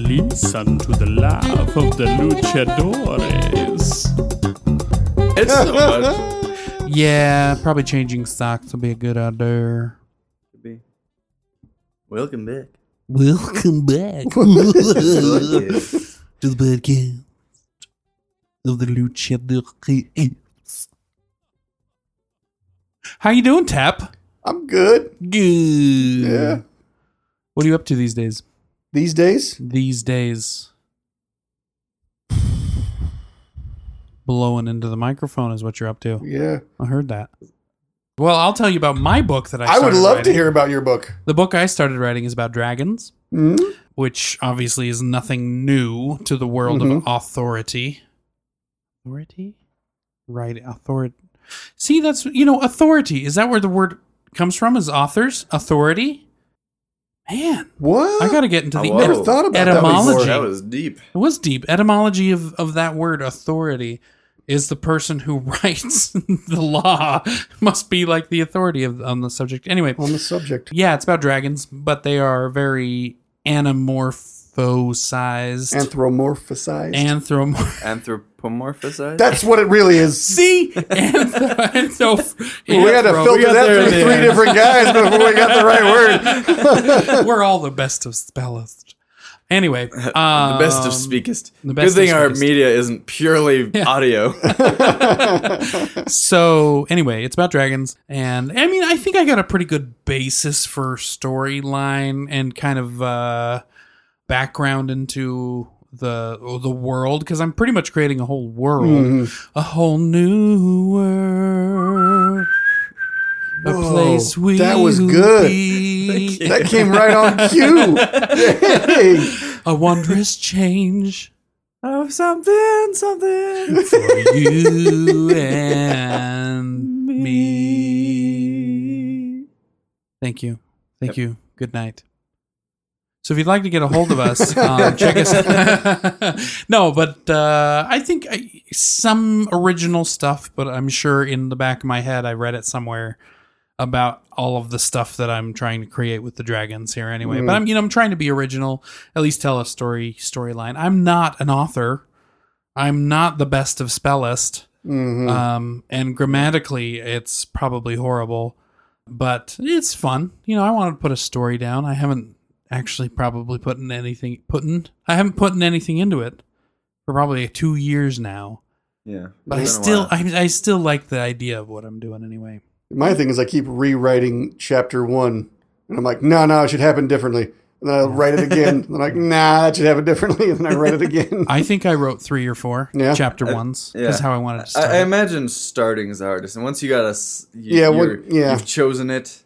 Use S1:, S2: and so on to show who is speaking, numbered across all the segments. S1: listen to the laugh of the luchadores. It's so much.
S2: Yeah, probably changing socks would be a good idea.
S3: Could be. Welcome back.
S2: Welcome back.
S3: Podcast.
S2: to the podcast of the Luchadores. How you doing, Tap?
S4: I'm good.
S2: Good.
S4: Yeah.
S2: What are you up to these days?
S4: These days,
S2: These days. Blowing into the microphone is what you're up to.
S4: yeah.
S2: I heard that. Well, I'll tell you about my book that I
S4: I, would
S2: started
S4: love to
S2: writing.
S4: hear about your book.
S2: The book I started writing is about dragons, which obviously is nothing new to the world of
S4: Mm-hmm.
S2: authority. Authority? Right, authority. See, that's, you know, authority. Is that where the word comes from? Is authors? Authority? Man,
S4: What?
S2: I got to get into the
S3: I never
S2: et-
S4: thought about that before.
S2: etymology.
S3: That was deep.
S2: It was deep. Etymology of, of that word authority is the person who writes the law must be like the authority of, on the subject. Anyway,
S4: on the subject.
S2: yeah, it's about dragons, but they are very anamorphosized.
S4: Anthropomorphized.
S2: Anthromorph.
S3: Anthropomorphized.
S4: That's what it really is.
S2: See? Anthro- anthro-
S4: We had to filter that through three different guys before we got the right word.
S2: different. We're all the best of spellers. Anyway,
S3: the best of
S2: um,
S3: speakest.
S2: the best of
S3: Good thing our
S2: speakest.
S3: media isn't purely audio.
S2: So anyway, it's about dragons, and I mean, I think I got a pretty good basis for storyline and kind of uh, background into the the world because I'm pretty much creating a whole world,
S4: Mm-hmm.
S2: a whole new world, a
S4: Whoa,
S2: place we
S4: that was good.
S2: be,
S4: That came right on cue. Hey,
S2: a wondrous change
S3: of something, something.
S2: for you and me. Thank you. Thank you. Good night. So if you'd like to get a hold of us, um, check us. no, but uh, I think I, some original stuff, but I'm sure in the back of my head I read it somewhere about all of the stuff that I'm trying to create with the dragons here anyway.
S3: Mm.
S2: But I'm you know I'm trying to be original, at least tell a story storyline. I'm not an author. I'm not the best of spellist.
S4: Mm-hmm.
S3: Mm.
S2: Um, and grammatically it's probably horrible but it's fun. You know, I wanted to put a story down. I haven't actually probably put in anything put in I haven't put in anything into it for probably two years now.
S3: Yeah,
S2: But I
S3: It's been a
S2: still
S3: while.
S2: I, I still like the idea of what I'm doing anyway.
S4: my thing is, I keep rewriting chapter one, and I'm like, no, no, it should happen differently. And then I write it again. and I'm like, nah, that should happen differently. And then I write it again.
S2: I think I wrote three or four
S4: Yeah.
S2: chapter ones.
S3: Uh, yeah.
S2: That's how I wanted to start.
S3: I, I
S2: it.
S3: imagine starting as an artist, and once you got a, s- you,
S4: Yeah,
S3: yeah,
S4: when- yeah.
S3: you've chosen it,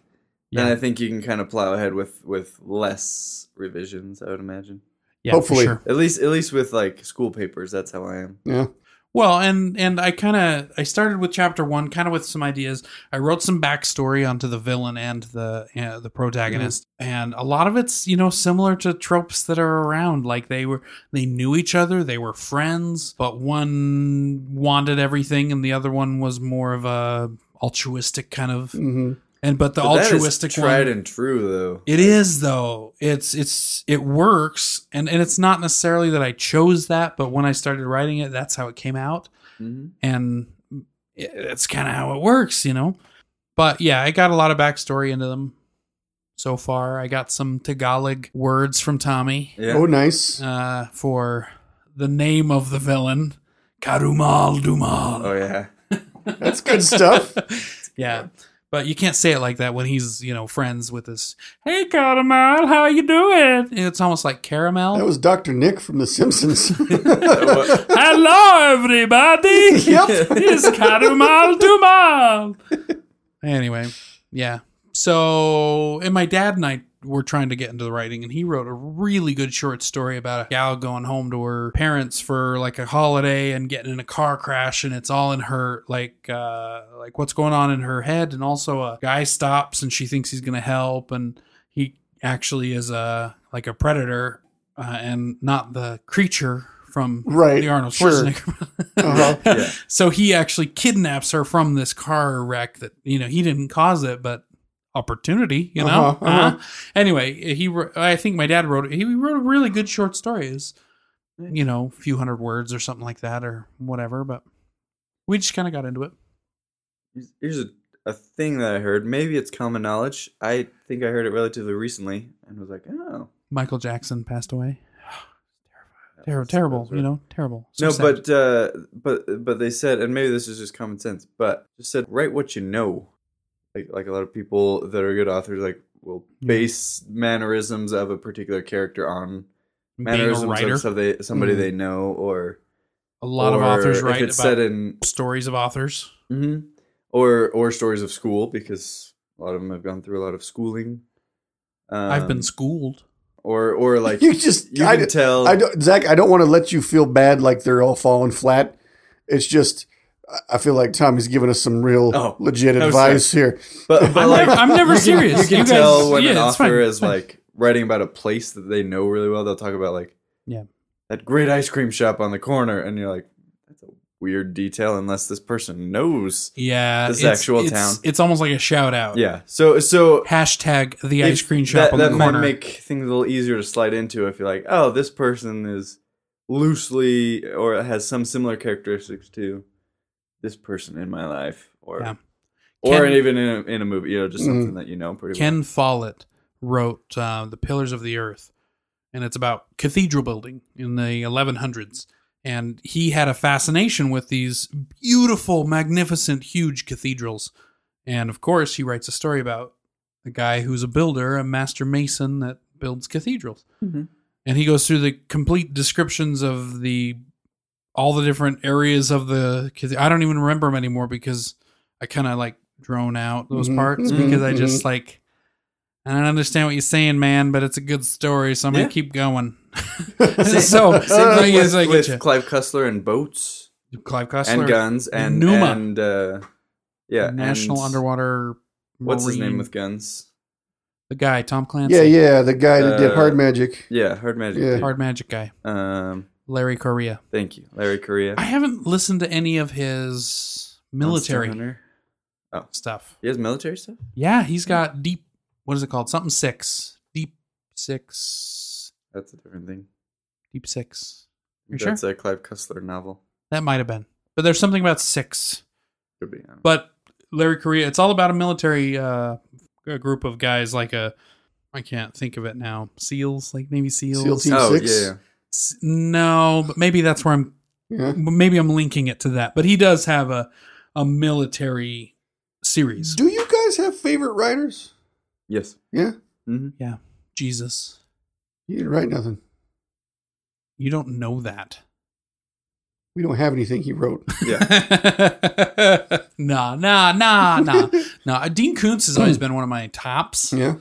S2: Yeah.
S3: then I think you can kind of plow ahead with with less revisions. I would imagine.
S2: yeah, for
S4: hopefully.
S2: sure.
S3: At least, at least with like school papers, that's how I am.
S4: Yeah.
S2: Well, and and I kind of I started with chapter one, kind of with some ideas. I wrote some backstory onto the villain and the uh, the protagonist,
S3: Mm-hmm.
S2: and a lot of it's you know similar to tropes that are around. Like they were they knew each other, they were friends, but one wanted everything, and the other one was more of a altruistic kind of.
S4: hmm
S2: And but the
S3: But that is
S2: altruistic
S3: tried
S2: one,
S3: and true though.
S2: it is though. It's it's it works, and and it's not necessarily that I chose that, but when I started writing it, that's how it came out
S3: Mhm.
S2: and it- it's kind of how it works, you know. But yeah, I got a lot of backstory into them so far. I got some Tagalog words from Tommy
S3: Yeah.
S4: Oh, nice.
S2: uh, for the name of the villain, Karumal Dumal.
S3: oh yeah.
S4: That's good stuff.
S2: Yeah, but you can't say it like that when he's you know friends with his. Hey, Karumal, how you doing? It's almost like caramel.
S4: That was Dr. Nick from The Simpsons.
S2: Hello, everybody.
S4: Yep.
S2: It's Karumal Dumal. Anyway, yeah. So, and my dad and I were trying to get into the writing, and he wrote a really good short story about a gal going home to her parents for like a holiday and getting in a car crash, and it's all in her like uh, like what's going on in her head, and also a guy stops and she thinks he's gonna help, and he actually is a like a predator uh, and not the creature from
S4: Right,
S2: the Arnold
S4: sure.
S2: Schwarzenegger.
S4: Uh-huh.
S3: Yeah.
S2: So he actually kidnaps her from this car wreck that you know he didn't cause it, but opportunity, you know.
S4: Uh-huh, uh-huh.
S2: Anyway, he wr- I think my dad wrote he wrote a really good short story. It's you know, few hundred words or something like that or whatever. But we just kind of got into it.
S3: Here's- Here's a, a thing that I heard. Maybe it's common knowledge. I think I heard it relatively recently and was like, oh.
S2: Michael Jackson passed away.
S3: that
S2: Terrible,
S3: was- that
S2: terrible,
S3: was
S2: you
S3: rough.
S2: know, terrible. So
S3: No,
S2: sad.
S3: but uh, but but they said, and maybe this is just common sense, but just said write what you know. Like like a lot of people that are good authors, like will
S2: Yeah.
S3: base mannerisms of a particular character on
S2: being
S3: mannerisms
S2: a writer, Hmm.
S3: of some- they, somebody
S4: Mhm.
S3: they know, or
S2: a lot of
S3: or
S2: authors
S3: if
S2: write about
S3: it's said in
S2: stories of authors.
S3: hmm or or stories of school because a lot of them have gone through a lot of schooling. Um,
S2: I've been schooled.
S3: or or like
S4: you just
S3: you
S4: I,
S3: can tell.
S4: I don't, Zach, I don't want to let you feel bad like they're all falling flat. It's just, I- I feel like Tommy's giving us some real
S3: Oh,
S4: legit
S3: I'm
S4: advice here.
S3: but but
S2: I'm
S3: like
S2: never, I'm never serious.
S3: you can
S2: guys-
S3: tell when an
S2: yeah,
S3: author
S2: it's fine,
S3: is
S2: it's fine.
S3: like writing about a place that they know really well. They'll talk about like,
S2: Yeah.
S3: that great ice cream shop on the corner, and you're like, that's a weird detail unless this person knows.
S2: yeah,
S3: this
S2: it's-
S3: actual
S2: it's,
S3: town.
S2: It's almost like a shout out.
S3: Yeah. So so
S2: Hashtag the ice
S3: if-
S2: cream shop
S3: that,
S2: on
S3: that
S2: the
S3: might
S2: corner.
S3: make things a little easier to slide into if you're like, oh, this person is loosely or has some similar characteristics to this person in my life, or
S2: Yeah.
S3: or
S2: Ken-
S3: even in a, in a movie, you know, just
S4: Mhm.
S3: something that you know pretty well.
S2: Ken Follett wrote uh, The Pillars of the Earth, and it's about cathedral building in the 1100s. And he had a fascination with these beautiful, magnificent, huge cathedrals. And of course, he writes a story about a guy who's a builder, a master mason that builds cathedrals.
S3: Mhm.
S2: And he goes through the complete descriptions of the all the different areas of the cathe- I don't even remember them anymore because I kind of like drone out those
S4: Mhm.
S2: parts
S3: Mhm.
S2: because I just like I don't understand what you're saying, man, but it's a good story, so I'm
S3: Yeah.
S2: gonna keep going.
S3: Same-
S2: so
S3: Same
S2: like,
S3: thing
S2: it's
S3: Ah, with,
S2: like
S3: with
S2: yeah.
S3: Clive Cussler and boats
S2: Clive Cussler,
S3: and guns and
S2: Numa.
S3: and uh, yeah,
S2: National
S3: and
S2: Underwater.
S3: What's his name
S2: Marine-
S3: with guns?
S2: the guy Tom Clancy?
S4: Yeah, yeah, the guy that did
S3: Uh,
S4: hard magic.
S3: Yeah, Hard Magic.
S4: Yeah.
S3: dude.
S2: Hard Magic guy,
S3: Um,
S2: Larry Correa.
S3: thank you, Larry Korea.
S2: I haven't listened to any of his military
S3: Hunter.
S2: stuff.
S3: He has military stuff.
S2: Yeah, he's got deep. What is it called? Something six. Deep six.
S3: That's a different thing.
S2: Deep six. You sure?
S3: That's a Clive Cussler novel.
S2: That might have been. But there's something about six.
S3: Could be. um, I don't know.
S2: But Larry Korea, it's all about a military uh, a group of guys, like a. I can't think of it now. Seals, like Navy Seals.
S4: SEAL Team
S3: oh
S4: Six.
S3: yeah, yeah.
S2: S- No, but maybe that's where I'm.
S4: Yeah.
S2: Maybe I'm linking it to that. But he does have a a military series.
S4: Do you guys have favorite writers?
S3: yes.
S4: Yeah,
S3: hmm
S2: Jesus,
S4: you didn't write nothing.
S2: you don't know that.
S4: We don't have anything he wrote.
S3: Yeah.
S2: nah, nah, nah, Ah, nah, nah. Uh, Dean Koontz has
S3: Hmm.
S2: always been one of my tops.
S4: Yeah,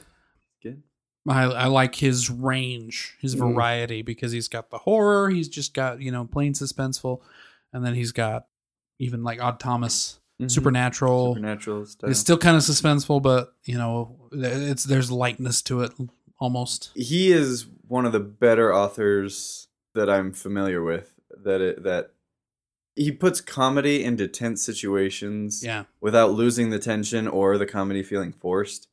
S3: Good.
S2: I, I like his range, his
S3: Hmm.
S4: Mm.
S2: variety, because he's got the horror. He's just got you know plain suspenseful, and then he's got even like Odd Thomas,
S3: Mhm.
S2: Supernatural.
S3: Supernatural stuff.
S2: It's still kind of suspenseful, but you know th- it's there's lightness to it almost.
S3: he is one of the better authors that I'm familiar with. That it, that he puts comedy into tense situations
S2: Yeah,
S3: without losing the tension or the comedy feeling forced.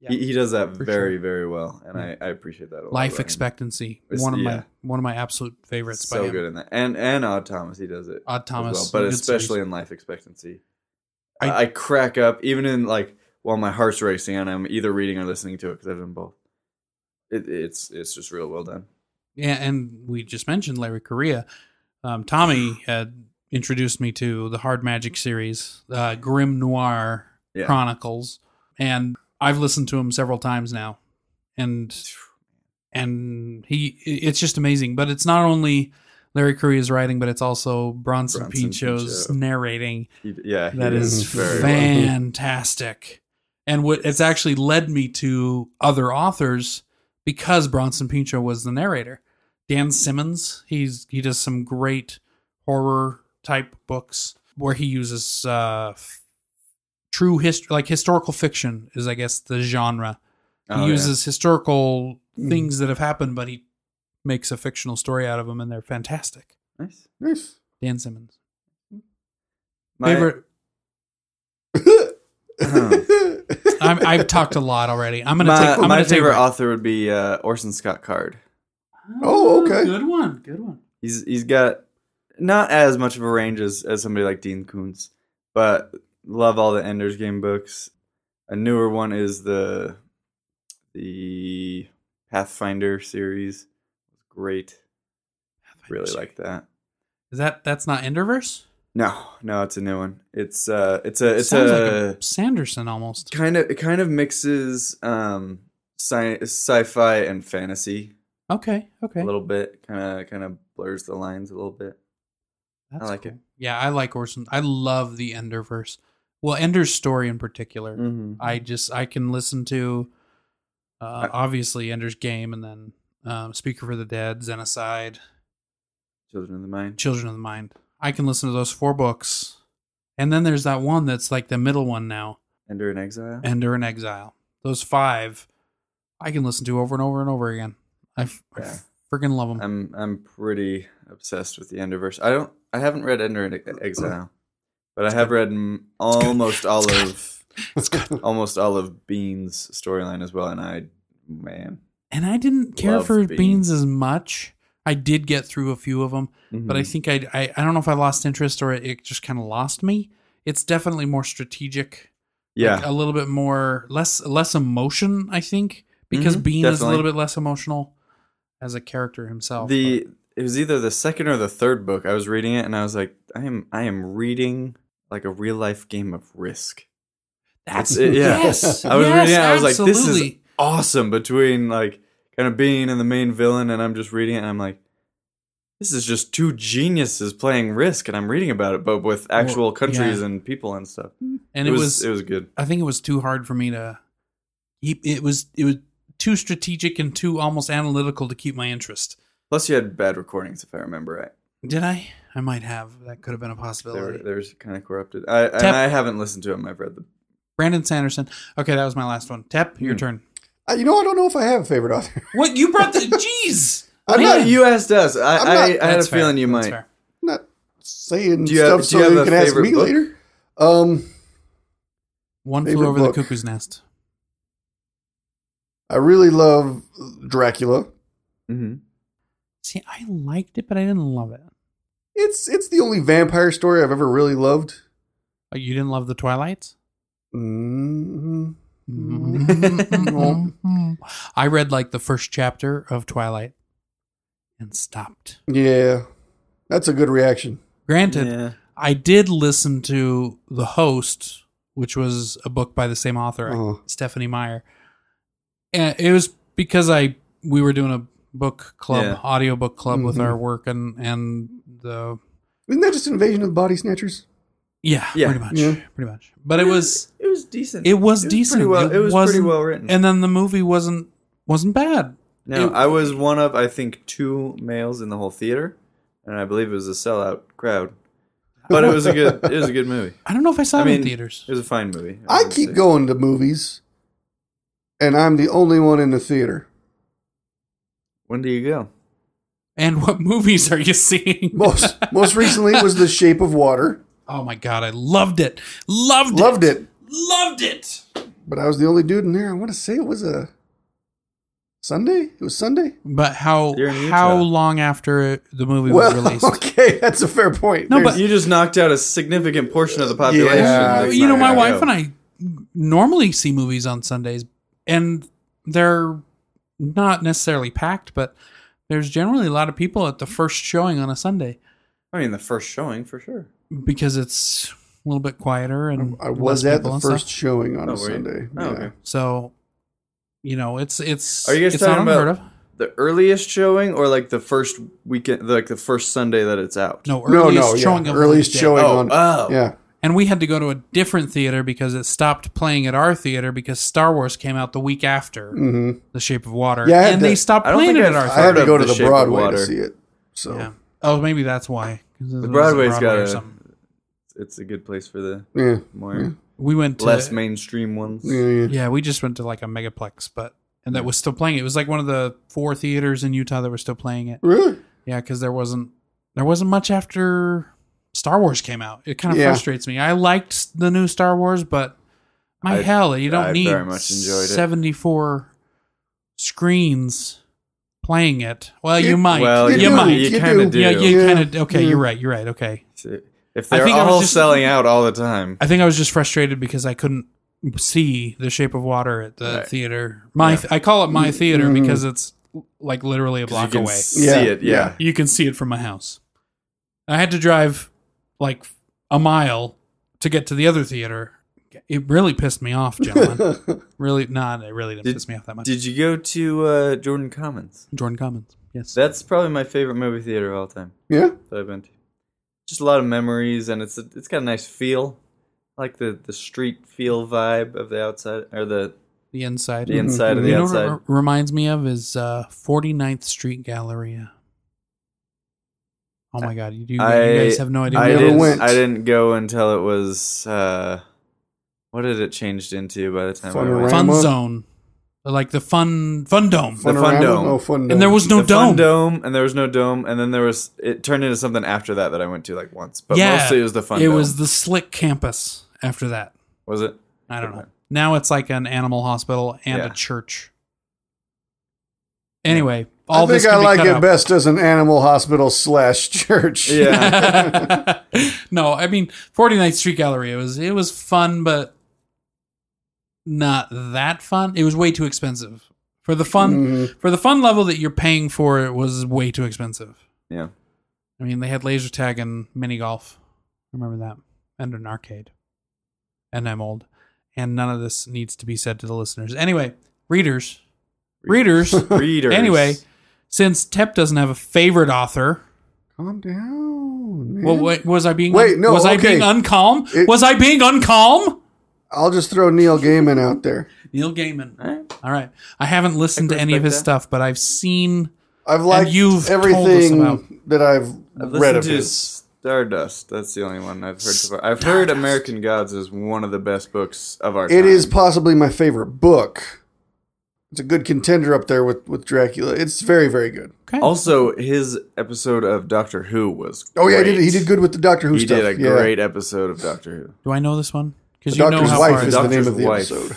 S2: Yeah.
S3: He, he does that
S2: For
S3: very
S2: sure.
S3: very well, and I, I appreciate that. A lot
S2: life
S3: about him.
S2: expectancy,
S3: It's-
S2: one of
S3: yeah.
S2: my one of my absolute favorites. by
S3: so
S2: him.
S3: good in that, and and Odd Thomas he does it.
S2: Odd
S3: as well,
S2: Thomas,
S3: but
S2: good
S3: especially
S2: series.
S3: in life expectancy.
S2: I-
S3: I, I crack up even in like while my heart's racing and I'm either reading or listening to it because I've done both. It, it's it's just real well done.
S2: Yeah, and we just mentioned Larry Correa. Um, Tommy had introduced me to the Hard Magic series, uh, Grim Noir
S3: Yeah.
S2: Chronicles, and I've listened to him several times now, and and he it's just amazing. But it's not only Larry Correa's writing, but it's also Bronson,
S3: Bronson
S2: Pinchot's
S3: Pinchot.
S2: narrating.
S3: He, yeah, he
S2: That is
S3: does very well.
S2: fantastic, and what it's actually led me to other authors because Bronson Pinchot was the narrator. Dan Simmons, he's he does some great horror type books where he uses uh, f- true history, like historical fiction is I guess the genre. He
S3: Oh, yeah. Hmm.
S2: uses historical
S4: Mhm.
S2: things that have happened, but he makes a fictional story out of them, and they're fantastic.
S3: Nice.
S4: nice.
S2: Dan Simmons,
S3: My-
S2: favorite. Uh-huh. I'm, I've talked a lot already. I'm gonna
S3: my,
S2: take. I'm
S3: my
S2: gonna
S3: favorite
S2: take,
S3: author would be uh, Orson Scott Card.
S4: Oh, okay.
S2: Good one. Good one.
S3: He's he's got not as much of a range as, as somebody like Dean Koontz, but love all the Ender's Game books. A newer one is the the Pathfinder series. Great, really like that.
S2: Is that that's not Enderverse?
S3: No, no, it's a new one. It's uh, it's a it's
S2: Sounds
S3: a,
S2: like a Sanderson almost.
S3: kind of it kind of mixes um sci sci-fi and fantasy
S2: Okay, okay.
S3: a little bit. Kind of kind of blurs the lines a little bit.
S2: That's
S3: like
S2: cool.
S3: it.
S2: Yeah, I like Orson. I love the Enderverse. Well, Ender's story in particular.
S3: Mm-hmm.
S2: I just I can listen to uh, obviously Ender's Game and then um, Speaker for the Dead, Genocide,
S3: Children of the Mind.
S2: Children of the Mind. I can listen to those four books, and then there's that one that's like the middle one now,
S3: Ender in Exile.
S2: Ender in Exile. Those five, I can listen to over and over and over again. I, f- I
S3: Yeah.
S2: freaking love them.
S3: I'm I'm pretty obsessed with the Enderverse. I don't I haven't read Ender in Exile, but I have read m- almost all of
S2: It's good.
S3: almost all of Bean's storyline as well, and I man,
S2: And I didn't care
S3: Love
S2: for beans.
S3: beans.
S2: as much. I did get through a few of them, but I
S3: Mhm.
S2: think I, I I don't know if I lost interest or it just kind of lost me. It's definitely more strategic.
S3: yeah
S2: like, a little bit more less less emotion i think because
S3: Mhm,
S2: bean is a
S3: definitely.
S2: little bit less emotional as a character himself
S3: the it was either the second or the third book. I was reading it and I was like, I am I am reading like a real life game of Risk.
S2: but that's
S3: it, yeah.
S2: yes
S3: I was
S2: yes,
S3: reading it. I was like, this is-
S2: absolutely.
S3: awesome between like kind of being and the main villain and I'm just reading it and I'm like this is just two geniuses playing risk and I'm reading about it but with actual
S2: Well,
S3: countries and people and stuff.
S2: and it was,
S3: it was good.
S2: i think it was too hard for me to keep it was it was too strategic and too almost analytical to keep my interest
S3: Plus you had bad recordings if I remember right.
S2: did i i might have that could have been a
S3: They were,
S2: possibility
S3: they were kind of corrupted. I and
S2: Tap-
S3: I haven't listened to them. I've read them.
S2: brandon sanderson okay that was my last one tep your
S3: Hmm.
S2: turn
S4: Uh, you know, I don't know if I have a favorite author.
S2: what you brought the jeez
S4: I'm
S3: No,
S4: not,
S3: you asked us. I
S4: I'm
S3: I,
S4: not-
S3: I had a
S2: That's fair.
S3: feeling you
S2: That's
S3: might.
S2: fair.
S4: not saying
S3: Do you have-
S4: stuff
S3: do
S4: so
S3: you
S4: that you
S3: have a
S4: can ask
S3: favorite
S4: me
S3: book?
S4: later. Um,
S2: one flew
S4: Favorite
S2: over
S4: book.
S2: the cuckoo's nest
S4: I really love Dracula.
S3: hmm
S2: see i liked it but i didn't love it
S4: It's it's the only vampire story I've ever really loved.
S2: Oh, you didn't love the Twilights?
S4: Mm-hmm.
S2: I read like the first chapter of Twilight and stopped.
S4: Yeah, that's a good reaction.
S2: Granted,
S3: Yeah.
S2: I did listen to The Host, which was a book by the same author,
S4: Oh.
S2: Stephanie Meyer. And it was because I we were doing a book club,
S3: Yeah. Mm-hmm.
S2: audiobook club with
S4: Mhm.
S2: our work and and the
S4: Isn't that just Invasion of the Body Snatchers?
S2: yeah,
S3: Yeah.
S2: pretty much.
S4: Yeah.
S2: Pretty much. But it was
S3: It was decent.
S2: it was decent.
S3: Pretty well, it was pretty
S2: wasn't-
S3: well written.
S2: And then the movie wasn't wasn't bad.
S3: No,
S2: It-
S3: I was one of I think two males in the whole theater, and I believe it was a sellout crowd. But it was a good, it was a good movie.
S2: I don't know if I saw
S3: I
S2: it in
S3: mean,
S2: theaters.
S3: It was a fine movie.
S4: I
S3: would
S4: keep
S3: say.
S4: going to movies, and I'm the only one in the theater.
S3: When do you go?
S2: And what movies are you seeing?
S4: Most most recently was The Shape of Water.
S2: Oh my god, I loved it. Loved,
S4: Loved it,
S2: Loved it.
S4: but I was the only dude in there. I want to say it was a Sunday. It was Sunday.
S2: But how
S3: You're in
S2: how
S3: Utah.
S2: long after the movie
S4: well,
S2: was released?
S4: okay, that's a fair point.
S2: No,
S4: There's-
S2: But-
S3: you just knocked out a significant portion of the population.
S4: Yeah,
S3: that's
S2: you
S3: not
S2: know, my
S3: gonna
S2: wife
S3: go.
S2: and I normally see movies on Sundays and they're not necessarily packed, but there's generally a lot of people at the first showing on a Sunday
S3: I mean, the first showing for sure.
S2: because it's a little bit quieter and
S4: I was
S2: less
S4: at
S2: people
S4: the
S2: and stuff.
S4: first showing on
S3: Oh,
S4: a
S3: were you?
S4: Sunday.
S3: Oh, okay.
S2: So, you know, it's it's
S3: Are you guys
S2: it's
S3: talking
S2: not unheard
S3: about-
S2: of.
S3: The earliest showing, or like the first weekend, like the first Sunday that it's out.
S2: No,
S4: No,
S2: earliest
S4: no, yeah.
S2: showing of
S4: earliest
S2: Wednesday.
S4: showing
S3: Oh,
S4: on.
S3: oh,
S4: yeah,
S2: And we had to go to a different theater because it stopped playing at our theater because Star Wars came out the week after
S4: hmm
S2: The Shape of Water.
S4: Yeah, I had
S2: and they
S4: to-
S2: stopped
S3: I don't
S2: playing it at
S3: think I've-
S2: our
S4: I
S3: I've
S2: theater.
S4: had to
S3: of
S4: go to
S3: The
S4: the
S3: Shape of
S4: Broadway
S3: Water.
S4: to see it. So
S2: Yeah. Oh, maybe that's why. 'Cause it was
S3: Broadway's
S2: Broadway
S3: got
S2: or
S3: a-
S2: something.
S3: it's a good place for the
S4: yeah,
S3: more
S2: We went to
S3: less mainstream ones.
S4: yeah, yeah.
S2: Yeah, we just went to like a megaplex, but and that was still playing. It was like one of the four theaters in Utah that were still playing it.
S4: Really?
S2: Yeah, because there wasn't there wasn't much after Star Wars came out. It kind of
S4: Yeah.
S2: frustrates me. I liked the new Star Wars, but my
S3: I-
S2: hell, you don't
S3: I
S2: need
S3: very much enjoyed it.
S2: seventy four screens playing it. Well, you, might.
S3: Well,
S2: you,
S3: Oh, you,
S2: might.
S3: you,
S4: You
S3: kind of
S4: do.
S3: do.
S2: yeah, you
S4: Yeah.
S2: kind of. Okay,
S4: Yeah.
S2: you're right. You're right. Okay.
S3: If
S2: I
S3: they're
S2: think I was
S3: all
S2: just-
S3: selling out all the time,
S2: I think I was just frustrated because I couldn't see The Shape of Water at the
S3: Right.
S2: theater. My
S3: Yeah.
S2: th- I call it my theater
S4: Mhm.
S2: because it's like literally a
S3: 'cause you
S2: block
S3: can
S2: away.
S3: see
S4: Yeah,
S3: it. Yeah.
S2: you can see it from my house. I had to drive like a mile to get to the other theater. It really pissed me off, gentlemen. really, not. It really didn't
S3: Did-
S2: piss me off that much.
S3: Did you go to uh, Jordan Commons?
S2: Jordan Commons. Yes.
S3: That's probably my favorite movie theater of all time
S4: yeah.
S3: that I've been to. Just a lot of memories, and it's a, it's got a nice feel, I like the the street feel vibe of the outside or the
S2: the inside.
S4: Mm-hmm.
S3: the inside of the
S2: you know what
S3: outside.
S2: it re- reminds me of is uh, 49th Street Galleria. Oh my God! You, do, you
S3: I-
S2: guys have no idea.
S3: I
S2: what it
S4: never
S3: didn't.
S2: is.
S4: went.
S3: I didn't go until it was. Uh, what did it changed into by the time I
S4: Fun
S3: went?
S4: around.
S2: Fun
S4: Panorama.
S2: zone, like the fun fun dome,
S3: The fun
S4: Funorama?
S3: dome.
S4: Oh, fun dome.
S2: and there was no
S3: The fun
S2: dome.
S3: dome, and there was no dome, and then there was. It turned into something after that that I went to like once, but
S2: Yeah,
S3: mostly it was the fun.
S2: It
S3: dome.
S2: was the slick campus. After that,
S3: Was it?
S2: I don't know.
S3: Okay.
S2: Now it's like an animal hospital and
S3: Yeah.
S2: a church. Anyway, all
S4: I think
S2: this
S4: I
S2: can be
S4: like
S2: cut
S4: it
S2: out.
S4: best as an animal hospital slash church.
S3: Yeah.
S2: no, I mean 49th Street Gallery. It was it was fun, but not that fun. It was way too expensive for the fun
S4: Mhm.
S2: for the fun level that you're paying for. It was way too expensive.
S3: Yeah.
S2: I mean, they had laser tag and mini golf. I remember that, and an arcade. And I'm old, and none of this needs to be said to the listeners. Anyway, readers, readers.
S3: Readers.
S2: anyway, since Tep doesn't have a favorite author.
S4: Calm down. Man.
S2: Well, wait, was I being
S4: Wait, no,
S2: was I
S4: okay.
S2: being uncalm?
S4: It-
S2: was I being uncalm?
S4: I'll just throw Neil Gaiman out there.
S2: Neil Gaiman.
S3: All right.
S2: All right, I haven't listened to any of
S3: respect
S2: his
S3: that.
S2: stuff, but I've seen.
S4: I've liked
S2: you've told us
S4: everything
S2: about-
S4: that I've,
S3: I've
S4: read
S3: listened
S4: of
S3: to
S4: his.
S3: Stardust. That's the only one I've heard. So far. I've heard American Gods is one of the best books of our time.
S4: It is possibly my favorite book. It's a good contender up there with, with Dracula. It's very, very good.
S2: Okay,
S3: Also, his episode of Doctor Who was.
S4: Oh yeah, he did,
S3: great.
S4: he did good with the Doctor Who
S3: He
S4: stuff.
S3: did a
S4: yeah.
S3: great episode of Doctor Who.
S2: do I know this one?
S4: The
S2: Because you know
S4: Doctor's
S2: how
S4: Wife
S2: far
S4: is
S2: I
S4: the
S3: Doctor's
S4: name of the
S3: Wife.
S4: episode.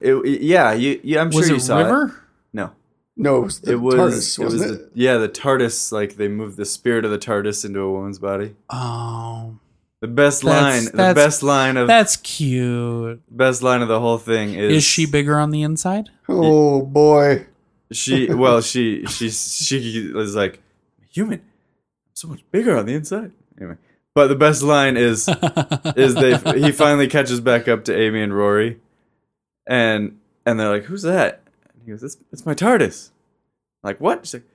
S3: It, it- yeah, you, you, I'm
S2: was
S3: sure you
S2: it
S3: saw
S2: River?
S3: it. No,
S4: No, it was the
S3: it was.
S4: TARDIS,
S3: it was
S4: wasn't it?
S3: The, yeah, the TARDIS. Like they moved the spirit of the TARDIS into a woman's body.
S2: Oh,
S3: The best
S2: That's-
S3: line.
S2: that's-
S3: the best line of
S2: that's cute.
S3: best line of the whole thing is.
S2: Is, she bigger on the inside?
S4: Oh boy,
S3: She well, she she she is like "I'm a human. I'm so much bigger on the inside. Anyway, but the best line is is they he finally catches back up to Amy and Rory, and and they're like, "Who's that?" And he goes, "It's it's my TARDIS." I'm like what? She's like,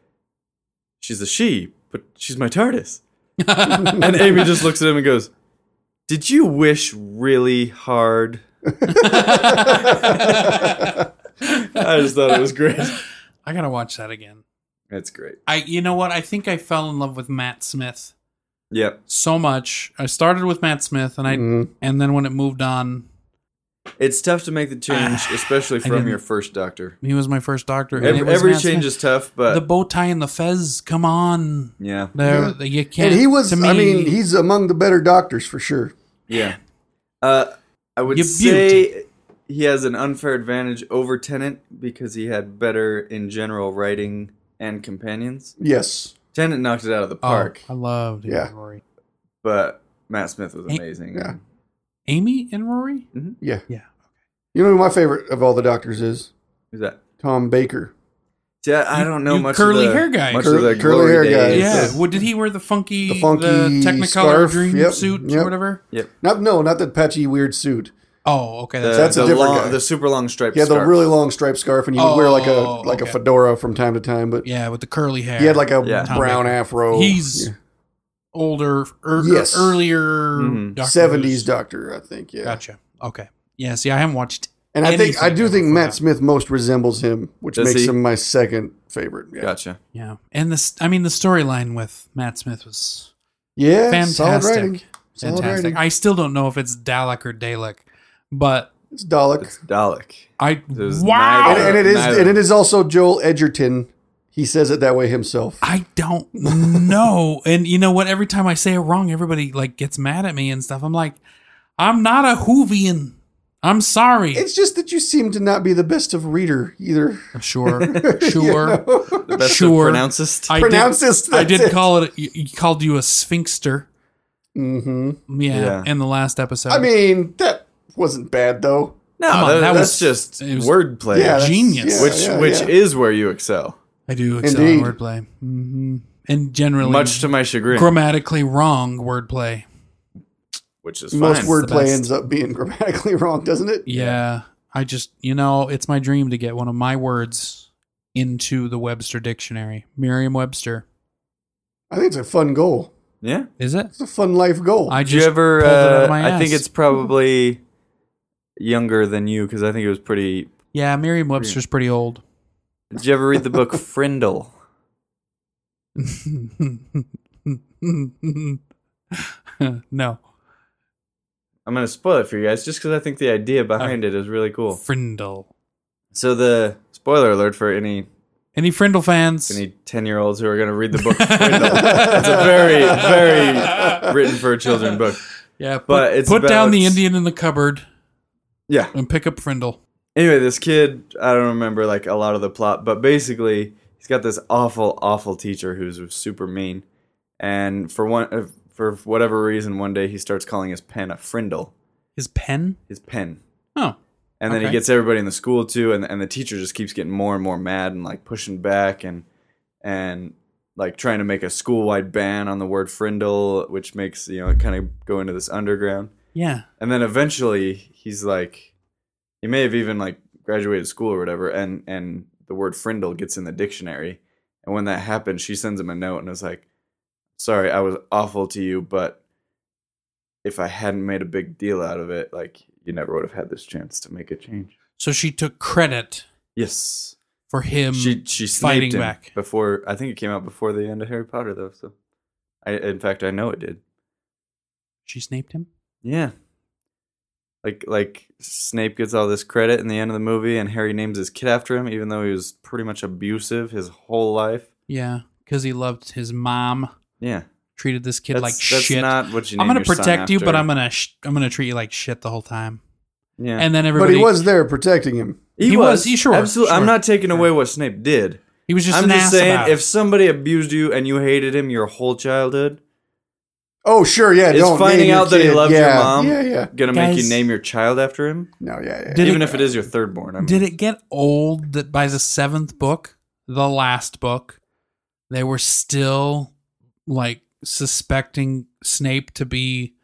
S3: "She's a she, but she's my TARDIS." and Amy just looks at him and goes, "Did you wish really hard?" I just thought it was great.
S2: I gotta watch that again.
S3: It's great.
S2: I, you know what? I think I fell in love with Matt Smith
S3: Yep.
S2: so much. I started with Matt Smith, and I,
S4: Mhm.
S2: and then when it moved on,
S3: It's tough to make the change, especially from
S2: didn't-
S3: your first doctor.
S2: he was my first doctor. and it
S3: Every,
S2: was
S3: every
S2: Matt Smith.
S3: change is tough, but
S2: the bow tie and the fez. Come on,
S3: yeah,
S2: there you can't.
S4: and he was.
S2: to me,
S4: I mean, he's among the better doctors for sure.
S3: yeah. Uh, I would
S2: You
S3: say he has an unfair advantage over Tennant because he had better in general writing and companions.
S4: Yes,
S3: Tennant knocked it out of the
S2: Oh,
S3: park,
S2: I loved Amy
S4: Yeah.
S2: and Rory.
S3: but Matt Smith was amazing.
S4: yeah.
S2: Amy and Rory.
S4: yeah,
S2: Yeah.
S4: You know who my favorite of all the doctors is
S3: Who's that?
S4: Tom Baker.
S3: Yeah, I don't know
S2: you
S3: much.
S2: curly
S3: of the,
S2: hair guy.
S3: much
S4: Curly-
S3: of the
S4: curly
S3: glory
S4: hair
S3: days.
S4: guy.
S2: Yeah.
S4: Yes.
S2: Well, did he wear the funky, the
S4: The funky
S2: Technicolor
S4: scarf,
S2: dream
S4: yep,
S2: suit or
S4: yep.
S2: whatever?
S4: Not no, not that patchy weird suit.
S2: Oh, okay.
S3: The,
S2: That's
S4: That's a
S3: the
S4: different
S3: long,
S4: guy.
S3: the super long striped.
S4: He had the
S3: scarf.
S4: really long striped scarf, and he would wear like a
S2: Oh,
S4: like
S2: okay.
S4: a fedora from time to time. But
S2: yeah, with the curly hair.
S4: he had like a
S3: Yeah.
S2: Tom
S4: brown
S2: Baker.
S4: afro.
S2: he's older, er,
S4: Yes.
S2: earlier
S3: Mhm.
S2: Doctor
S4: seventies
S2: Who's.
S4: doctor, I think. Yeah,
S2: Gotcha. Okay. Yeah. See, I haven't watched.
S4: and I think I
S2: Anything
S4: do think
S2: before
S4: Matt
S2: that.
S4: Smith most resembles him, which
S3: Does
S4: makes
S3: he?
S4: him my second favorite. Yeah,
S3: Gotcha.
S2: Yeah, and this. I mean, the storyline with Matt Smith was
S4: yeah solid
S2: Fantastic.
S4: writing. Solid
S2: Fantastic.
S4: writing.
S2: I still don't know if it's Dalek or Dalek, but
S4: It's Dalek.
S3: It's Dalek.
S2: I
S3: was
S2: wow.
S4: and, and it is
S3: Neither.
S4: and it is also Joel Edgerton. He says it that way himself.
S2: I don't know. and you know what? Every time I say it wrong, everybody like gets mad at me and stuff. I'm like, I'm not a Hoovian. I'm sorry.
S4: It's just that you seem to not be the best of reader either.
S2: Sure, sure.
S3: The best
S2: Sure.
S3: of pronouncist.
S2: I did,
S4: Pronouncist.
S2: I did call it. You you called you a sphinxter.
S4: hmm
S2: Yeah,
S3: Yeah.
S2: in the last episode.
S4: I mean, that wasn't bad though.
S3: no,
S2: come on,
S3: that,
S2: that
S3: that's
S2: was-
S3: just
S2: it was-
S3: wordplay.
S4: Yeah, that's-
S2: Genius.
S4: yeah,
S3: which
S4: yeah,
S3: which
S4: yeah.
S3: is where you excel,
S2: I do excel in
S4: Indeed.
S2: wordplay, hmm and generally
S3: much to my chagrin.
S2: grammatically wrong wordplay.
S3: which is
S4: Most
S3: fine.
S4: wordplay
S2: best.
S4: ends up being grammatically wrong, doesn't it?
S2: Yeah, I just you know it's my dream to get one of my words into the Webster dictionary, Merriam-Webster.
S4: I think it's a fun goal.
S3: Yeah.
S2: Is it?
S4: It's a fun life goal.
S2: I
S3: Did you
S2: just
S3: ever?
S2: pulled it out
S3: Uh,
S2: of my
S3: I think
S2: ass.
S3: it's probably younger than you because I think it was pretty.
S2: yeah. Merriam-Webster's pretty old.
S3: Did you ever read the book Frindle?
S2: no,
S3: I'm gonna spoil it for you guys just because I think the
S2: Oh.
S3: idea behind it is really cool.
S2: Frindle.
S3: So the spoiler alert for any
S2: Any Frindle fans?
S3: any ten year olds who are gonna read the book Frindle. it's a very very written for children book.
S2: yeah, put,
S3: but it's
S2: put down
S3: about-
S2: the Indian in the cupboard
S3: Yeah.
S2: and pick up Frindle.
S3: Anyway, this kid I don't remember like a lot of the plot, but basically he's got this awful awful teacher who's super mean, and for one uh, for whatever reason one day he starts calling his pen a Frindle,
S2: His pen?
S3: his pen.
S2: Oh,
S3: and then he
S2: Okay.
S3: gets everybody in the school too and, and the teacher just keeps getting more and more mad and like pushing back and and like trying to make a school-wide ban on the word frindle which makes you know it kind of go into this underground
S2: yeah.
S3: and then eventually he's like he may have even like graduated school or whatever and and the word frindle gets in the dictionary and when that happened she sends him a note and is like sorry i was awful to you but if i hadn't made a big deal out of it like you never would have had this chance to make a change
S2: So she took credit
S3: Yes.
S2: for him.
S3: She she sniped
S2: fighting
S3: him
S2: back.
S3: before I think it came out before the end of Harry Potter though. So, I in fact I know it did.
S2: she snaped him?
S3: Yeah. Like like Snape gets all this credit in the end of the movie, and Harry names his kid after him, even though he was pretty much abusive his whole life.
S2: Yeah, because he loved his mom.
S3: Yeah,
S2: Treated this kid
S3: that's,
S2: like
S3: that's
S2: shit.
S3: not what you.
S2: I'm
S3: name
S2: gonna
S3: your son
S2: protect you, but
S3: after.
S2: I'm gonna sh- I'm gonna treat you like shit the whole time.
S3: Yeah,
S2: And then
S4: but
S2: everybody
S4: he was there protecting him.
S3: he,
S2: he
S3: was,
S2: was- he- sure,
S3: absolutely. I'm
S2: sure,
S3: not taking away what Snape did.
S2: he was just
S3: I'm
S2: an
S3: just
S2: ass
S3: saying,
S2: about it.
S3: if somebody abused you and you hated him your whole childhood,
S4: Oh, sure, yeah.
S3: Is
S4: don't
S3: finding
S4: name your
S3: out that he
S4: kid.
S3: loved your
S4: Yeah,
S3: mom-
S4: Yeah, yeah.
S3: gonna make
S2: Guys.
S3: you name your child after him.
S4: No, yeah, yeah.
S2: Did
S3: even
S2: it-
S3: if it is your third born. I mean,
S2: Did it get old that by the seventh book, the last book, they were still like suspecting Snape to be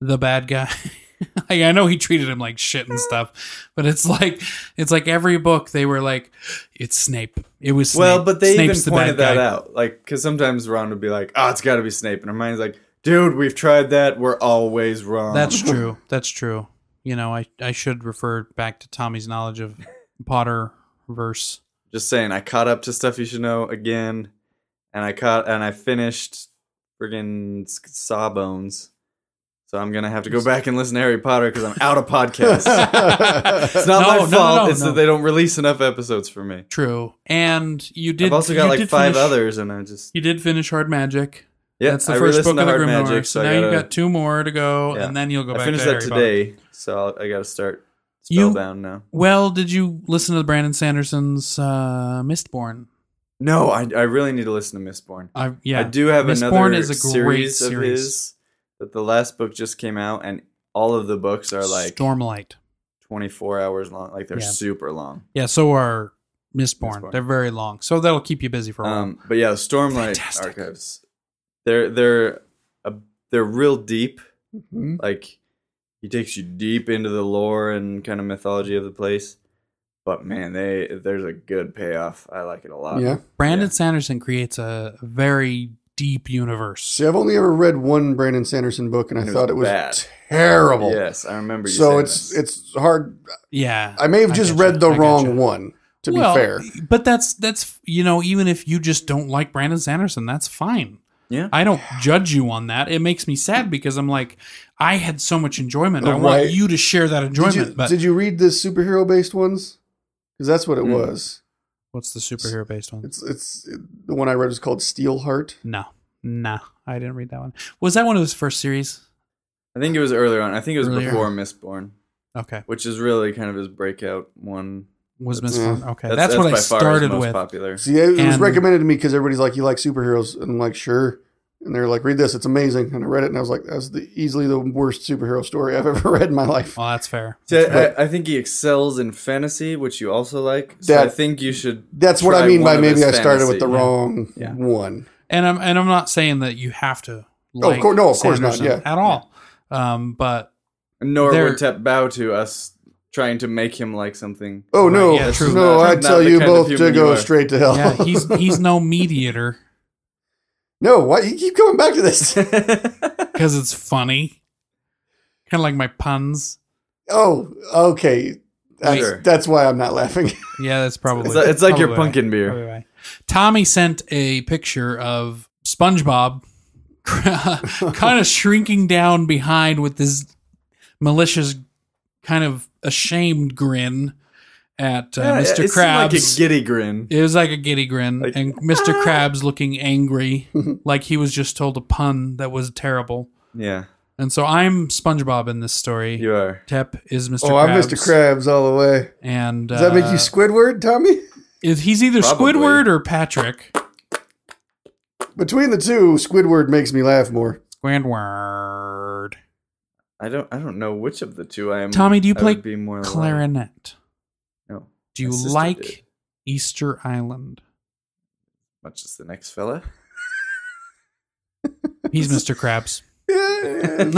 S2: the bad guy? like, I know he treated him like shit and stuff, but it's like it's like every book they were like, "It's Snape. It was Snape.
S3: Well, but they
S2: Snape's
S3: even pointed
S2: the bad
S3: that
S2: guy."
S3: out. Like, because sometimes Ron would be like, oh, it's got to be Snape. And her mind's like, dude, we've tried that. We're always wrong.
S2: That's true. That's true. You know, I I should refer back to Tommy's knowledge of Potter verse.
S3: Just saying, I caught up to stuff you should know again. And I caught, and I finished friggin' S- Sawbones. So I'm going to have to go back and listen to Harry Potter because I'm out of podcasts. It's not
S2: No,
S3: my
S2: no,
S3: fault.
S2: no, no,
S3: it's
S2: no.
S3: that they don't release enough episodes for me.
S2: True. And you did
S3: I've also got
S2: you
S3: like
S2: did
S3: five
S2: finish-
S3: others, and I just.
S2: You did finish Hard Magic.
S3: Yeah,
S2: That's the
S3: I
S2: first book
S3: re-listened
S2: of the
S3: to Hard
S2: Grim
S3: Magic,
S2: So,
S3: I
S2: now you've
S3: gotta-
S2: got two more to go,
S3: Yeah.
S2: and then you'll go
S3: I
S2: back
S3: finished
S2: to
S3: that
S2: Harry Potter.
S3: today, so I'll, I got to start
S2: You-
S3: Spellbound now.
S2: Well, did you listen to the Brandon Sanderson's uh, Mistborn?
S3: No, I, I really need to listen to Mistborn.
S2: I yeah.
S3: I do have
S2: Mistborn
S3: another
S2: is a great
S3: series, of
S2: series.
S3: his. But the last book just came out, and all of the books are like
S2: Stormlight.
S3: 24 hours long. Like they're
S2: Yeah.
S3: super long.
S2: Yeah, so are Mistborn.
S3: Mistborn.
S2: They're very long, so that'll keep you busy for a while.
S3: Um, but yeah, Stormlight
S2: Fantastic.
S3: archives. They're they're a, they're real deep.
S4: Mhm.
S3: Like he takes you deep into the lore and kind of mythology of the place. But man, they there's a good payoff. I like it a lot.
S4: Yeah.
S2: Brandon Sanderson creates a very deep universe.
S4: See, I've only ever read one Brandon Sanderson book, and I
S3: It was
S4: thought it was
S3: bad.
S4: terrible.
S3: Yes, I remember. You
S4: Oh. So
S3: saying
S4: it's
S3: this.
S4: it's hard.
S2: Yeah,
S4: I may have just
S2: getcha.
S4: read the
S2: I
S4: wrong
S2: getcha.
S4: one. To
S2: Well,
S4: be fair,
S2: But that's that's you know even if you just don't like Brandon Sanderson, that's fine.
S3: Yeah.
S2: I don't judge you on that. It makes me sad because I'm like, I had so much enjoyment. I want
S4: Right.
S2: you to share that
S4: did
S2: enjoyment.
S4: you,
S2: but
S4: did you read the superhero based ones? Because that's what it
S3: Mm.
S4: was.
S2: what's the superhero based on?
S4: It's it's the one I read was called Steelheart.
S2: No, nah, I didn't read that one. Was that one of his first series?
S3: I think it was earlier on. I think it was
S2: Earlier.
S3: before Mistborn.
S2: Okay.
S3: which is really kind of his breakout one.
S2: Was
S3: That's-
S2: Miss
S4: Yeah.
S2: Fun- Okay. That's, what I
S3: by far his
S2: started
S3: most
S2: with.
S3: Popular.
S4: See, it was
S2: And-
S4: recommended to me because everybody's like, "You like superheroes?" And I'm like, "Sure." And they're like, "Read this; it's amazing." And I read it, and I was like, "That's the easily the worst superhero story I've ever read in my life."
S2: Well, that's fair.
S3: See, I, I- I think he excels in fantasy, which you also like. So I
S4: That-
S3: think you should.
S4: That's what
S3: Try
S4: I mean
S3: one
S4: by
S3: of
S4: maybe
S3: his
S4: I started with
S3: fantasy,
S4: the
S3: yeah.
S4: wrong
S2: Yeah.
S4: one.
S2: And I'm and I'm not saying that you have to.
S4: Oh, of course- no, of course not,
S2: Sanderson
S4: yeah.
S2: At all. Um, but
S3: Nor
S2: There-
S3: would Tep bow to us trying to make him like something.
S4: Oh
S2: Right,
S4: no,
S2: yeah, true.
S4: no!
S3: Not-
S4: I
S3: not
S4: tell
S3: the
S4: you
S3: kind of
S4: both to
S3: human you
S4: go
S3: are.
S4: straight to hell.
S2: yeah, he's he's no mediator
S4: no. Why you keep coming back to this?
S2: because it's funny. Kind of like my puns.
S4: Oh, okay. That's,
S3: Sure.
S4: that's why I'm not laughing.
S2: Yeah, that's probably.
S3: It's like, it's like your
S2: probably right.
S3: pumpkin beer.
S2: Probably right. Tommy sent a picture of SpongeBob kind of shrinking down behind with this malicious, kind of ashamed grin at uh, Mr.
S3: Yeah, It seemed like a
S2: Krabs.
S3: giddy grin.
S2: it was like a giddy grin,
S3: Like- "Ah!"
S2: and Mr. Krabs looking angry, like he was just told a pun that was terrible.
S3: Yeah,
S2: And so I'm SpongeBob in this story.
S3: you are.
S2: Tep is Mr.
S4: oh,
S2: Krabs.
S4: I'm Mr. Krabs all the way.
S2: And
S4: Does that make
S2: uh,
S4: you Squidward, Tommy?
S2: is- He's either
S3: Probably.
S2: Squidward or Patrick.
S4: Between the two, Squidward makes me laugh more.
S3: Oh,
S2: Squidward.
S3: I don't. I don't know which of the two I am.
S2: Tommy, do you
S3: I
S2: play
S3: would be more like.
S2: Clarinet.
S3: No,
S2: Do you
S3: Oh, My sister
S2: like
S3: did.
S2: Easter Island?
S3: much as the next fella.
S2: He's Mr. Krabs.
S4: Yes.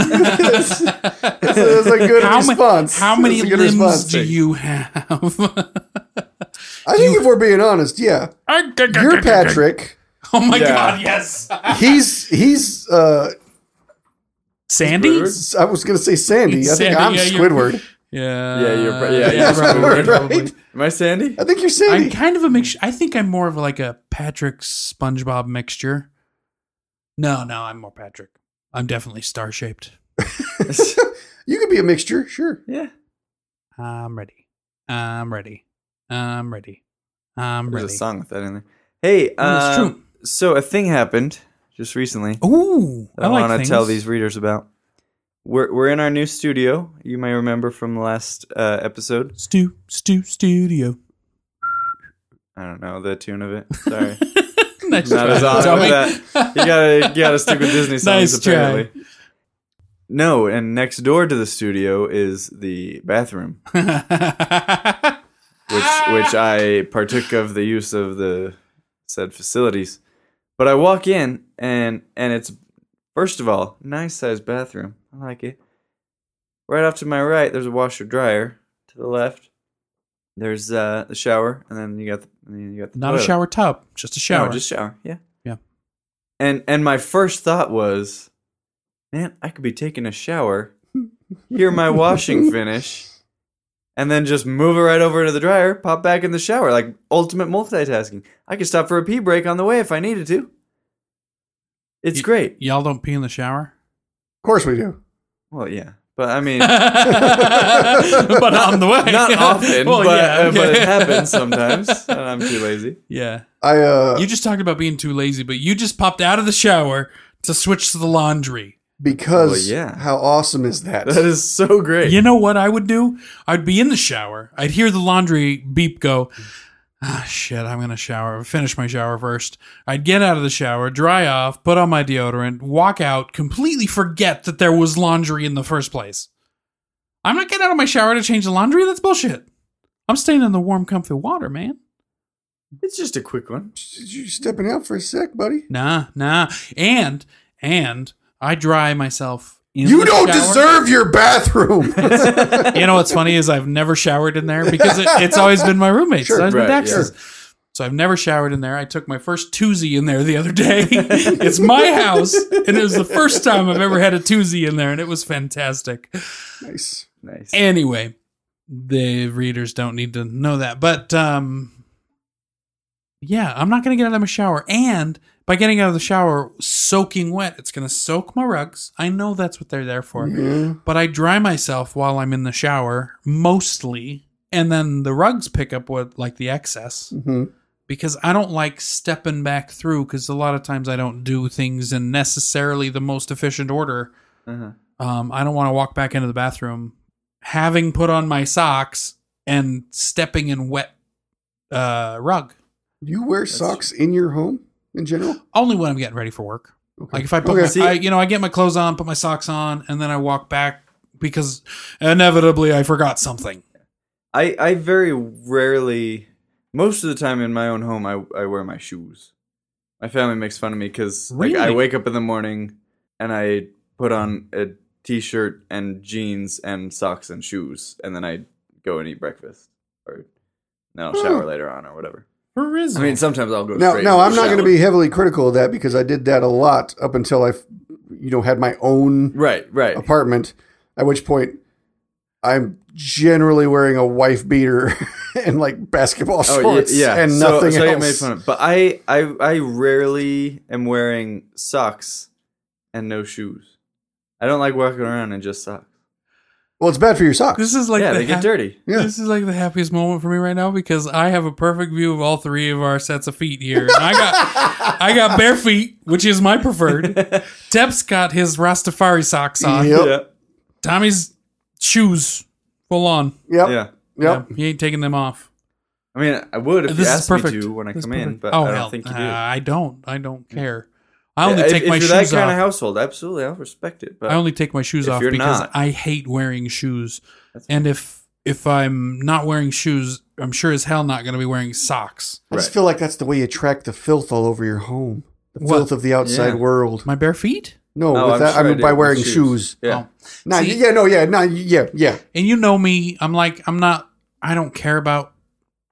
S4: That's a, that's a good
S2: How ma-
S4: response.
S2: How many
S4: That's a good
S2: limbs
S4: response.
S2: do you have?
S4: I think if we're being honest, yeah, you're Patrick.
S2: Oh my
S3: Yeah.
S2: god, yes.
S4: He's he's. uh
S2: Sandy?
S3: Squidward?
S4: I was gonna say Sandy. I think
S2: Sandy,
S4: I'm
S2: yeah, you're-
S4: Squidward.
S2: Yeah.
S3: Yeah, you're pro- yeah,
S2: yeah,
S3: you're
S2: probably,
S3: Squidward.
S2: probably.
S4: Right?
S3: Am I Sandy?
S4: I think you're
S2: I'm
S4: Sandy.
S2: kind of a mix. I think I'm more of like a Patrick SpongeBob mixture. No, no, I'm more Patrick. I'm definitely star shaped.
S4: You could be a mixture, sure.
S3: yeah.
S2: I'm ready. I'm ready. I'm ready. I'm
S3: There's
S2: ready.
S3: a song with that in there. Hey,
S2: That's
S3: um, so a thing happened just recently.
S2: Oh, Ooh,
S3: that I, want to tell these readers about. We're we're in our new studio. You may remember from the last uh, episode.
S2: Stu Stu Studio.
S3: I don't know the tune of it. Sorry,
S2: nice
S3: Not as
S2: try,
S3: odd
S2: Tommy.
S3: as you got a you got a stupid Disney songs
S2: Nice try.
S3: apparently. No, and next door to the studio is the bathroom, which
S2: Ah.
S3: which I partook of the use of the said facilities. But I walk in and and it's first of all nice sized bathroom. I like it. Right off to my right, there's a washer dryer. To the left, there's uh, the shower, and then you got the, and then you got the
S2: Not a
S3: toilet.
S2: shower tub, just a shower.
S3: No, just shower. Yeah.
S2: Yeah.
S3: And and my first thought was, man, I could be taking a shower, hear my washing finish, and then just move it right over to the dryer, pop back in the shower, like ultimate multitasking. I could stop for a pee break on the way if I needed to. It's
S2: You-
S3: great.
S2: Y'all don't pee in the shower?
S4: Of course we do.
S3: Well, yeah, but I mean,
S2: but on the way.
S3: not often,
S2: Well,
S3: but
S2: yeah,
S3: uh, but it
S2: okay.
S3: happens sometimes, and I'm too lazy.
S2: Yeah.
S4: I uh
S2: You just talked about being too lazy, but you just popped out of the shower to switch to the laundry.
S4: because
S3: Well, yeah.
S4: how awesome is that?
S3: That is so great.
S2: You know what I would do? I'd be in the shower. I'd hear the laundry beep go. Ah, shit, I'm going to shower. Finish my shower first. I'd get out of the shower, dry off, put on my deodorant, walk out, completely forget that there was laundry in the first place. I'm not getting out of my shower to change the laundry. That's bullshit. I'm staying in the warm, comfy water, man.
S3: It's just a quick one.
S4: You're stepping out for a sec, buddy.
S2: Nah, nah. And, and I dry myself. In
S4: you
S2: the
S4: don't
S2: shower.
S4: deserve your bathroom.
S2: you know what's funny is I've never showered in there because it, it's always been my roommate's.
S4: Sure,
S2: it's always been
S3: right,
S2: Dax's. So I've never showered in there. I took my first toozy in there the other day. it's my house, and it was the first time I've ever had a toozy in there, and it was fantastic.
S4: nice.
S3: Nice.
S2: Anyway, the readers don't need to know that, but um, yeah, I'm not gonna get out of my shower, and by getting out of the shower soaking wet, it's gonna soak my rugs. I know that's what they're there for
S4: Yeah.
S2: but I dry myself while I'm in the shower mostly, and then the rugs pick up what like the excess
S4: Mhm.
S2: because I don't like stepping back through because a lot of times I don't do things in necessarily the most efficient order.
S3: Uh-huh.
S2: Um, I don't want to walk back into the bathroom having put on my socks and stepping in wet uh, rug.
S4: You wear socks in your home in general?
S2: Only when I'm getting ready for work.
S4: Okay.
S2: Like if I put,
S4: Okay.
S2: my,
S3: See-
S2: I, you know, I get my clothes on, put my socks on, and then I walk back because inevitably I forgot something.
S3: I I very rarely, most of the time in my own home, I I wear my shoes. My family makes fun of me because like I
S2: Really?
S3: wake up in the morning and I put on a t-shirt and jeans and socks and shoes, and then I go and eat breakfast, or then I'll shower later on or whatever.
S2: Where is
S3: I mean, sometimes I'll go.
S4: Now,
S3: straight
S4: now
S3: into
S4: I'm
S3: the
S4: not going to
S3: shower.
S4: be heavily critical of that because I did that a lot up until I, f- you know, had my own
S3: right, right.
S4: apartment. At which point, I'm generally wearing a wife beater and like basketball
S3: Oh,
S4: shorts
S3: yeah, yeah.
S4: and
S3: So-
S4: nothing
S3: so I get
S4: else.
S3: made fun of. But I, I, I rarely am wearing socks and no shoes. I don't like walking around in just socks.
S4: Well, it's bad for your socks.
S2: This is like
S3: yeah,
S2: the
S3: they get
S2: hap-
S3: dirty.
S4: Yeah.
S2: This is like the happiest moment for me right now because I have a perfect view of all three of our sets of feet here. And I got I got bare feet, which is my preferred. Depp's got his Rastafari socks on.
S4: Yep.
S2: Tommy's shoes full on.
S4: Yep.
S3: Yeah, yeah.
S4: Yep.
S2: Yeah, he ain't taking them off.
S3: I mean, I would if
S2: This
S3: you
S2: is
S3: asked me
S2: perfect.
S3: to when I
S2: That's
S3: come in,
S2: perfect.
S3: but
S2: oh,
S3: I don't
S2: hell,
S3: think you
S2: uh,
S3: do.
S2: I don't. I don't care. I only
S3: if,
S2: take
S3: if
S2: my
S3: you're that
S2: shoes
S3: kind of
S2: off.
S3: household, absolutely, I'll respect it. But
S2: I only take my shoes
S3: if
S2: off
S3: you're
S2: because
S3: not-
S2: I hate wearing shoes.
S3: That's
S2: And if if I'm not wearing shoes, I'm sure as hell not going to be wearing socks.
S4: I just
S3: Right.
S4: feel like that's the way you track the filth all over your home, the
S2: What?
S4: filth of the outside
S3: Yeah.
S4: world.
S2: My bare feet?
S4: No,
S3: No,
S4: with
S3: I'm
S4: that,
S3: sure
S4: I
S3: I
S4: mean
S3: did
S4: by
S3: with
S4: wearing
S3: shoes.
S4: shoes.
S3: yeah,
S4: Nah,
S2: See-
S4: yeah, no, yeah, nah, yeah, yeah.
S2: and you know me i'm like i'm not i don't care about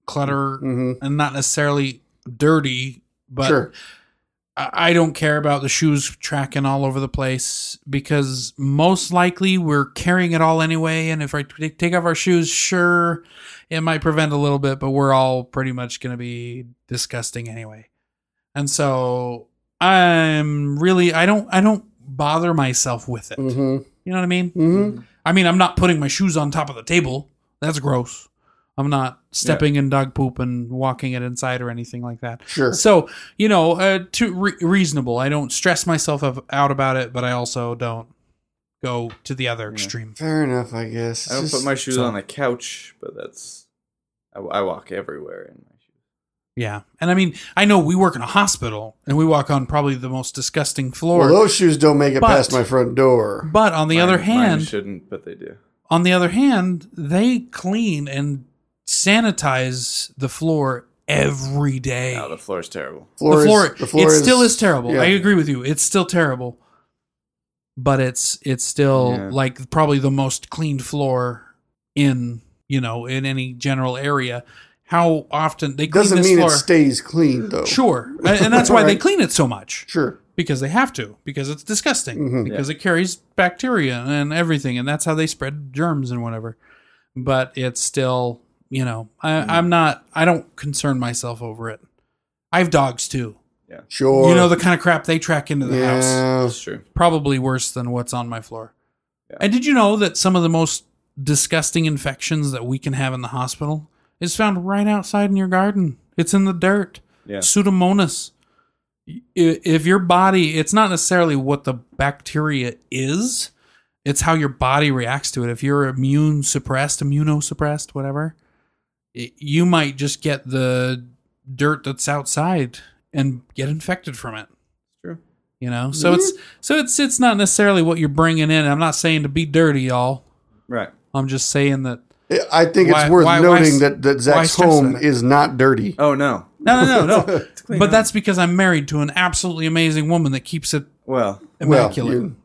S2: clutter
S4: hmm
S2: and not necessarily dirty but
S4: Sure.
S2: I, I don't care about the shoes tracking all over the place because most likely we're carrying it all anyway and if i t- take off our shoes sure it might prevent a little bit but we're all pretty much going to be disgusting anyway and so i'm really i don't i don't bother myself with it
S4: hmm
S2: you know what i mean
S4: hmm
S2: I mean, I'm not putting my shoes on top of the table. That's gross. I'm not stepping in dog poop and walking it inside or anything like that.
S4: Sure.
S2: So, you know, uh, to re- reasonable. I don't stress myself of, out about it, but I also don't go to the other extreme.
S4: Fair enough, I guess.
S3: I don't
S4: Just-
S3: put my shoes
S2: so-
S3: on the couch, but that's I, I walk everywhere in my shoes.
S2: Yeah. And I mean, I know we work in a hospital and we walk on probably the most disgusting floor.
S4: well, those shoes don't make it
S2: But-
S4: past my front door.
S2: but on the
S3: Mine-
S2: other
S3: mine
S2: hand,
S3: shouldn't, but they do.
S2: on the other hand, they clean and sanitize the floor every day.
S3: No, the floor is terrible.
S2: the floor, it still is terrible.
S4: yeah.
S2: I agree with you. It's still terrible, but it's it's still
S3: Yeah.
S2: like probably the most cleaned floor in you know in any general area. How often they clean
S4: Doesn't
S2: this
S4: mean
S2: floor?
S4: it stays clean though.
S2: sure, and, and that's why they
S4: Right.
S2: clean it so much
S4: Sure.
S2: because they have to because it's disgusting
S4: Mhm.
S2: because it carries bacteria and everything and that's how they spread germs and whatever but it's still you know I, i'm not i don't concern myself over it i have dogs too
S4: Sure.
S2: you know the kind of crap they track into the house.
S4: yeah.
S3: That's true.
S2: Probably worse than what's on my floor.
S3: Yeah.
S2: And did you know that some of the most disgusting infections that we can have in the hospital is found right outside in your garden? It's in the dirt.
S3: Yeah.
S2: Pseudomonas. I- If your body, it's not necessarily what the bacteria is, it's how your body reacts to it. If you're immune suppressed, immunosuppressed, whatever, i- you might just get the dirt that's outside and get infected from it
S3: True.
S2: you know so
S4: Mm-hmm.
S2: it's so it's it's not necessarily what you're bringing in i'm not saying to be dirty y'all
S3: Right.
S2: i'm just saying that
S4: I think
S2: Why-
S4: it's worth
S2: why- why
S4: noting
S2: s-
S4: that, that
S2: why
S4: Zach's
S2: stress
S4: home
S2: that?
S4: is not dirty.
S3: Oh no.
S2: no no no no
S3: clean
S2: but
S3: up.
S2: that's because i'm married to an absolutely amazing woman that keeps it
S3: Well,
S4: Well,
S2: immaculate
S4: you-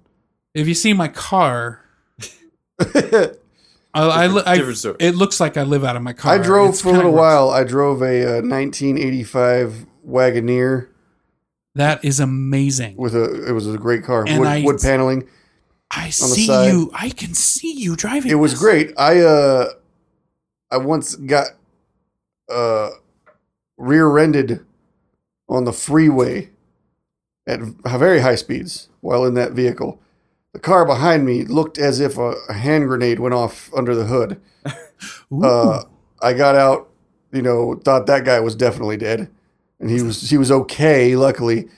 S2: if you see my car I, I, li- I,
S3: Different story.
S2: it looks like i live out of my car
S4: I drove
S2: It's
S4: for a little
S2: kinda gross.
S4: while. I drove a uh, 1985 Wagoneer
S2: that is amazing
S4: with a. It was a great car.
S2: And
S4: Wood,
S2: I-
S4: wood paneling.
S2: i see
S4: side.
S2: you i can see you driving
S4: It was
S2: this.
S4: great. I uh, I once got uh, rear-ended on the freeway at v- very high speeds while in that vehicle. The car behind me looked as if a, a hand grenade went off under the hood.
S2: Ooh.
S4: Uh, I got out, you know, thought that guy was definitely dead, and he was he was okay, luckily.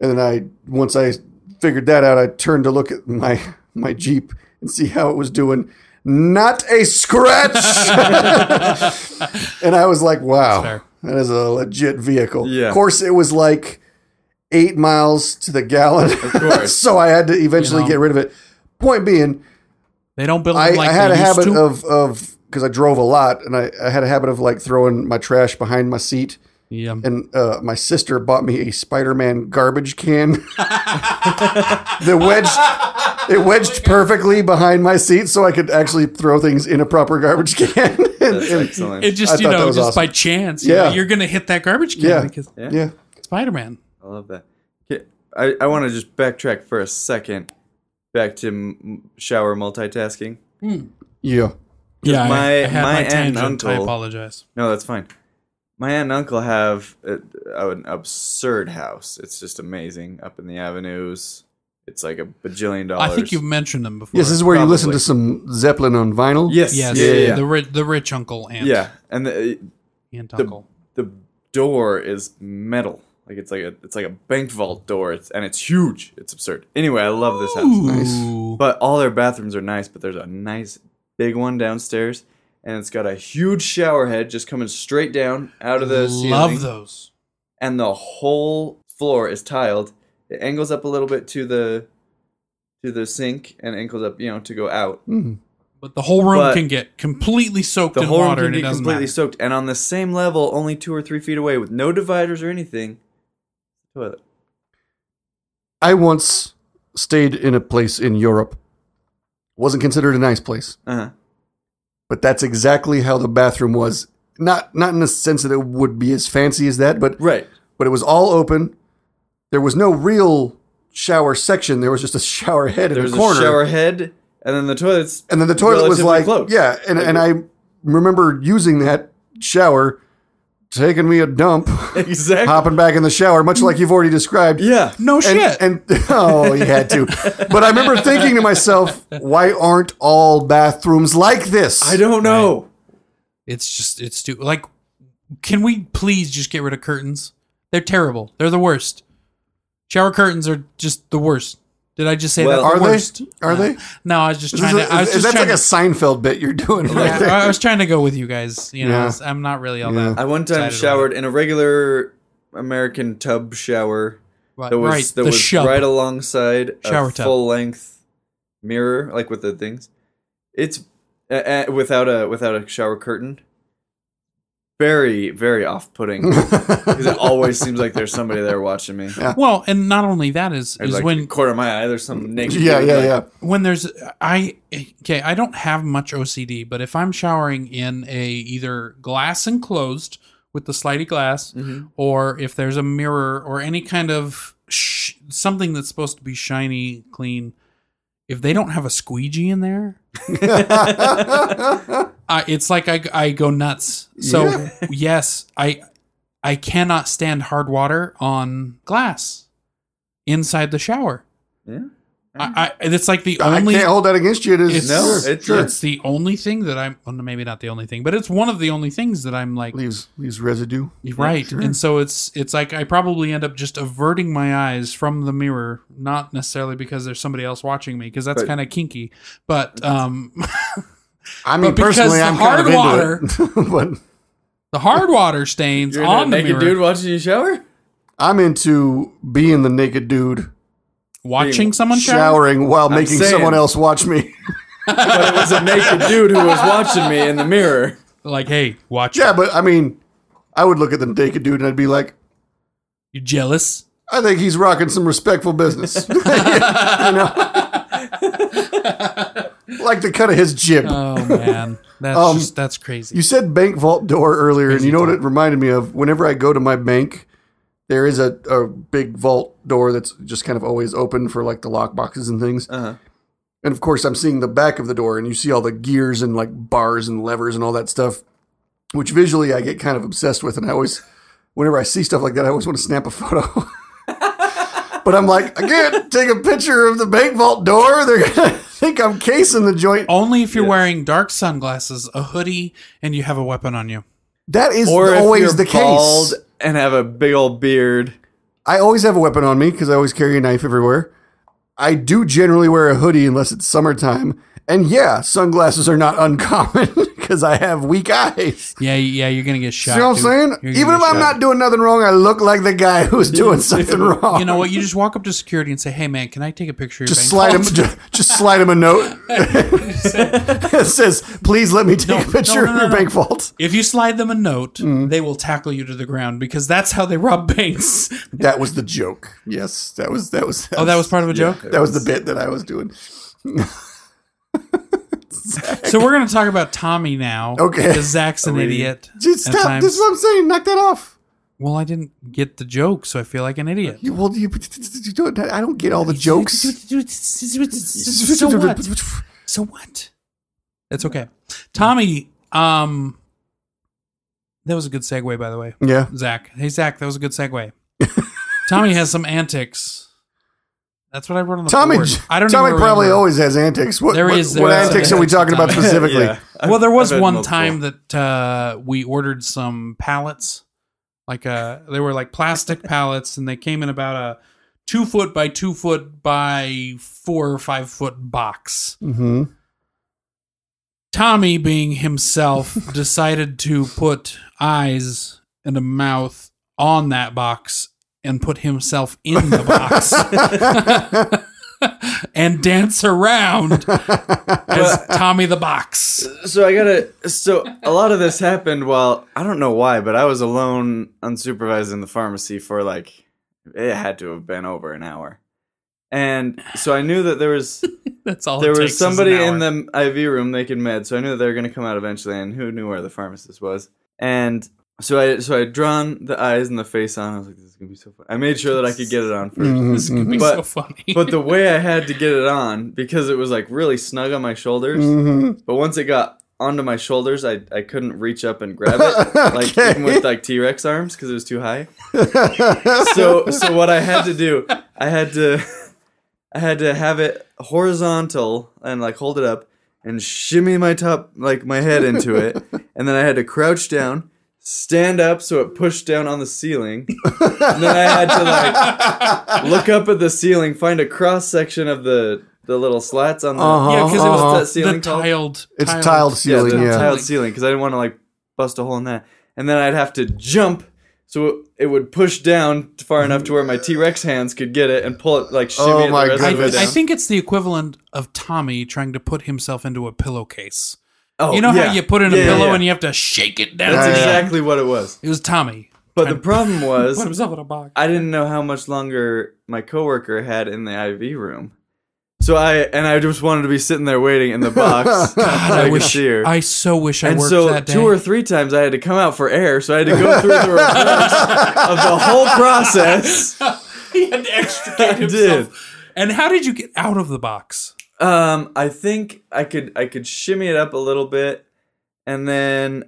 S4: And then I once I figured that out, I turned to look at my my Jeep and see how it was doing. not a scratch. and I was like, wow, that is a legit vehicle.
S3: Yeah.
S4: Of course, it was like eight miles to the gallon. Of
S3: course.
S4: so I had to eventually
S2: You know.
S4: get rid of it. Point being,
S2: They don't build them
S4: I,
S2: like
S4: I had
S2: they
S4: a
S2: used
S4: habit
S2: to.
S4: of, of, because I drove a lot and I, I had a habit of like throwing my trash behind my seat.
S2: yeah.
S4: And uh, my sister bought me a Spider Man garbage can. the wedged. It wedged perfectly behind my seat so I could actually throw things in a proper garbage can. And-
S3: That's
S4: and-
S3: excellent.
S2: It
S4: I
S2: just, you
S4: thought that
S2: know,
S4: was
S2: just
S4: awesome.
S2: by chance. you know,
S4: Yeah.
S2: you're going to hit that garbage can
S4: Yeah.
S2: because
S3: yeah.
S4: yeah.
S2: Spider Man.
S3: I love that. 'Kay, I, I want to just backtrack for a second back to m- shower multitasking.
S4: Yeah.
S2: Yeah. I-
S3: my-
S2: I, had
S3: my
S2: my,
S3: aunt
S2: tangent. I
S3: uncle-
S2: apologize.
S3: No, that's fine. My aunt and uncle have a, an absurd house. It's just amazing up in the avenues. It's like a bajillion dollars.
S2: I think you've mentioned them before.
S4: Yes, this is where you listen
S3: Probably.
S4: to some Zeppelin on vinyl.
S3: yes,
S2: Yes.
S3: yeah, yeah,
S2: The,
S3: yeah.
S2: ri- the rich uncle aunt.
S3: yeah. And the,
S2: Aunt
S3: the-
S2: uncle.
S3: the door is metal. Like it's like a it's like a bank vault door, it's, and it's huge. It's absurd. Anyway, I love this house.
S2: Ooh.
S3: But all their bathrooms are nice, but there's a nice big one downstairs, and it's got a huge shower head just coming straight down out of the
S2: Love
S3: ceiling,
S2: those.
S3: and the whole floor is tiled. It angles up a little bit to the to the sink and angles up, you know, to go out.
S4: Mhm.
S2: But the whole room
S3: But-
S2: can get completely soaked
S3: The
S2: in
S3: whole room
S2: water
S3: can
S2: and it
S3: be
S2: doesn't
S3: completely
S2: matter.
S3: soaked, and on the same level, only two or three feet away, with no dividers or anything. Toilet.
S4: I once stayed in a place in Europe. Wasn't considered a nice place,
S3: Uh huh.
S4: but that's exactly how the bathroom was. Not not in the sense that it would be as fancy as that, but
S3: Right.
S4: but it was all open. There was no real shower section. There was just a shower head
S3: There
S4: in
S3: was
S4: the
S3: a
S4: corner,
S3: shower head, and then the toilets.
S4: and then the toilet was
S3: relatively
S4: like,
S3: close.
S4: yeah. And and I remember using that shower, taking me a dump,
S3: Exactly.
S4: hopping back in the shower, much like you've already described.
S3: Yeah.
S2: No
S4: and,
S2: shit.
S4: and oh, you had to. But I remember thinking to myself, why aren't all bathrooms like this?
S3: I don't know.
S2: It's just it's too like can we please just get rid of curtains? They're terrible. They're the worst. Shower curtains are just the worst. Did I just say
S3: Well-
S2: that?
S4: Are
S2: the
S4: they?
S2: worst?
S4: Are
S2: No.
S4: they?
S2: No, I was just
S4: This
S2: trying
S4: is
S2: to. I was
S4: is-
S2: just
S4: that's
S2: trying
S4: like a
S2: to,
S4: Seinfeld bit you're doing right there.
S2: I was trying to go with you guys. You know,
S4: Yeah.
S2: I'm not really all
S4: Yeah.
S2: that.
S3: I one time
S2: Excited
S3: showered in a regular American tub shower
S2: Right,
S3: that was
S2: right,
S3: that
S2: the
S3: was
S2: shove.
S3: right alongside
S2: Shower
S3: a
S2: tub.
S3: full length mirror, like with the things. It's uh, uh, without a without a shower curtain. Very very off putting because it always seems like there's somebody there watching me.
S2: well, and not only that is
S3: Or
S2: is
S3: like
S2: when
S3: the corner of my eye, there's something naked.
S4: yeah,
S3: dude,
S4: yeah,
S3: like,
S4: yeah.
S2: when there's I okay, I don't have much OCD, but if I'm showering in a either glass enclosed with the slidey glass,
S3: Mm-hmm.
S2: or if there's a mirror or any kind of sh- something that's supposed to be shiny, clean, if they don't have a squeegee in there, I, it's like I I go nuts. So
S4: Yeah.
S2: yes, I I cannot stand hard water on glass inside the shower.
S3: Yeah.
S2: I, I, it's like the
S4: I
S2: only
S4: can't hold that against you. It
S2: It's-
S4: is
S3: No,
S4: sure,
S3: it's-
S4: sure.
S2: it's the only thing that I'm well, maybe not the only thing, but it's one of the only things that I'm like
S4: leaves leaves residue.
S2: right.
S4: sure.
S2: And so it's it's like I probably end up just averting my eyes from the mirror, not necessarily because there's somebody else watching me because that's
S3: But-
S2: kind of kinky. But um
S4: I mean,
S2: But because
S4: personally,
S2: the
S4: I'm kind of into
S2: hard
S4: it, but
S2: the hard water stains
S3: You're
S2: on
S3: on
S2: the
S3: naked
S2: mirror
S3: dude watching you shower.
S4: I'm into being the naked dude
S2: watching someone shower.
S4: showering while making
S3: saying.
S4: someone else watch me.
S3: But it was a naked dude who was watching me in the mirror.
S2: Like, hey, watch
S4: yeah, but I mean, I would look at the naked dude and I'd be like,
S2: you jealous?
S4: I think he's rocking some respectful business. You know? like the cut of his jib.
S2: Oh man. That's
S4: Um,
S2: just that's crazy.
S4: you said bank vault door earlier, and you know what it reminded me of? Whenever I go to my bank, there is a, a big vault door that's just kind of always open for like the lock boxes and things.
S3: Uh-huh.
S4: And of course, I'm seeing the back of the door, and you see all the gears and like bars and levers and all that stuff, which visually I get kind of obsessed with. And I always, whenever I see stuff like that, I always want to snap a photo. but I'm like, I can't take a picture of the bank vault door. They're going to think I'm casing the joint.
S2: only if you're wearing dark sunglasses, a hoodie, and you have a weapon on you.
S4: That is
S3: Or if
S4: always
S3: you're
S4: the
S3: bald
S4: case.
S3: and have a big old beard.
S4: I always have a weapon on me because I always carry a knife everywhere. I do generally wear a hoodie unless it's summertime. And yeah, sunglasses are not uncommon because I have weak eyes.
S2: Yeah, yeah, you're gonna get shot.
S4: See what I'm
S2: dude.
S4: saying?
S2: You're gonna
S4: Even if
S2: get
S4: I'm
S2: shot.
S4: not doing nothing wrong, I look like the guy who's doing something wrong.
S2: you know what? You just walk up to security and say, "Hey, man, can I take a picture?" Of your
S4: Just
S2: bank
S4: slide him.
S2: vault?"
S4: Just, just slide him a note. it says, "Please let me take a
S2: no,
S4: picture of
S2: no,
S4: your
S2: no.
S4: bank vault."
S2: If you slide them a note,
S4: Mm-hmm.
S2: they will tackle you to the ground because that's how they rob banks.
S4: That was the joke. Yes, that was that was.
S2: oh, that was part of a joke.
S4: that was the bit that I was doing.
S2: So we're gonna talk about Tommy now.
S4: Okay.
S2: because Zach's an idiot.
S4: Just
S2: at
S4: stop.
S2: times.
S4: This is what I'm saying. Knock that off.
S2: Well, I didn't get the joke, so I feel like an idiot.
S4: You well, you, you do it. I don't get all the jokes.
S2: So what? So what? That's okay. Tommy, um, that was a good segue, by the way.
S4: Yeah.
S2: Zach. Hey, Zach, that was a good segue. Tommy has some antics. That's what I wrote on the
S4: Tommy,
S2: board. I don't
S4: Tommy
S2: even
S4: probably
S2: remember.
S4: always has antics. What,
S2: There
S4: what,
S2: is-
S4: what
S2: there is
S4: antics
S2: some
S4: are we
S2: antics with
S4: talking about
S2: Tommy.
S4: specifically?
S2: Well, there was one time that uh, we ordered some pallets, like uh, they were like plastic pallets, and they came in about a two foot by two foot by four or five foot box.
S4: hmm
S2: Tommy, being himself, decided to put eyes and a mouth on that box and put himself in the box and dance around as Tommy the Box.
S3: So I gotta. So a lot of this happened while I don't know why, but I was alone, unsupervised in the pharmacy for like it had to have been over an hour, and so I knew that there was
S2: That's all.
S3: there
S2: it takes
S3: was
S2: is
S3: somebody
S2: an hour.
S3: in the IV room making meds, so I knew that they were gonna come out eventually, and who knew where the pharmacist was, and. So I so I had drawn the eyes and the face on. I was like, "This is gonna be so fun." I made sure that I could get it on 1st
S4: Mm-hmm.
S2: This could be
S3: but-
S2: so funny.
S3: but the way I had to get it on because it was like really snug on my shoulders.
S4: Mm. Mm-hmm.
S3: But once it got onto my shoulders, I, I couldn't reach up and grab it, like
S4: Okay.
S3: even with like T Rex arms because it was too high. so so what I had to do, I had to, I had to have it horizontal and like hold it up and shimmy my top like my head into it, and then I had to crouch down. Stand up so it pushed down on the ceiling. and then I had to like look up at the ceiling, find a cross section of the the little slats on the
S4: Uh-huh.
S2: yeah, because it was
S4: Uh-huh.
S3: What's that ceiling
S2: the
S3: called?
S2: tiled.
S4: It's tiled ceiling.
S3: yeah,
S4: Yeah,
S3: the tiled ceiling because I didn't want to like bust a hole in that. And then I'd have to jump so it would push down far enough to where my T Rex hands could get it and pull it like shimmy
S4: Oh
S3: it
S4: my
S3: the rest
S2: I,
S3: of the way
S4: goodness.
S2: I
S3: down.
S2: think it's the equivalent of Tommy trying to put himself into a pillowcase.
S3: Oh,
S2: you know
S3: yeah.
S2: how you put in a
S3: Yeah, yeah,
S2: pillow
S3: yeah.
S2: and you have to shake it down.
S3: that's
S2: to the end?
S3: exactly what it was.
S2: It was Tommy.
S3: But the problem
S2: Put
S3: was
S2: himself in a box.
S3: I didn't know how much longer my coworker had in the IV room. So I and I just wanted to be sitting there waiting in the box. so
S2: God, I
S3: could
S2: wish.
S3: see her.
S2: I so wish I
S3: and
S2: worked
S3: so
S2: that day.
S3: two or three times I had to come out for air, so I had to go through the reverse of the whole process.
S2: he had to extricate
S3: I did.
S2: himself. And how did you get out of the box?
S3: Um, I think I could I could shimmy it up a little bit, and then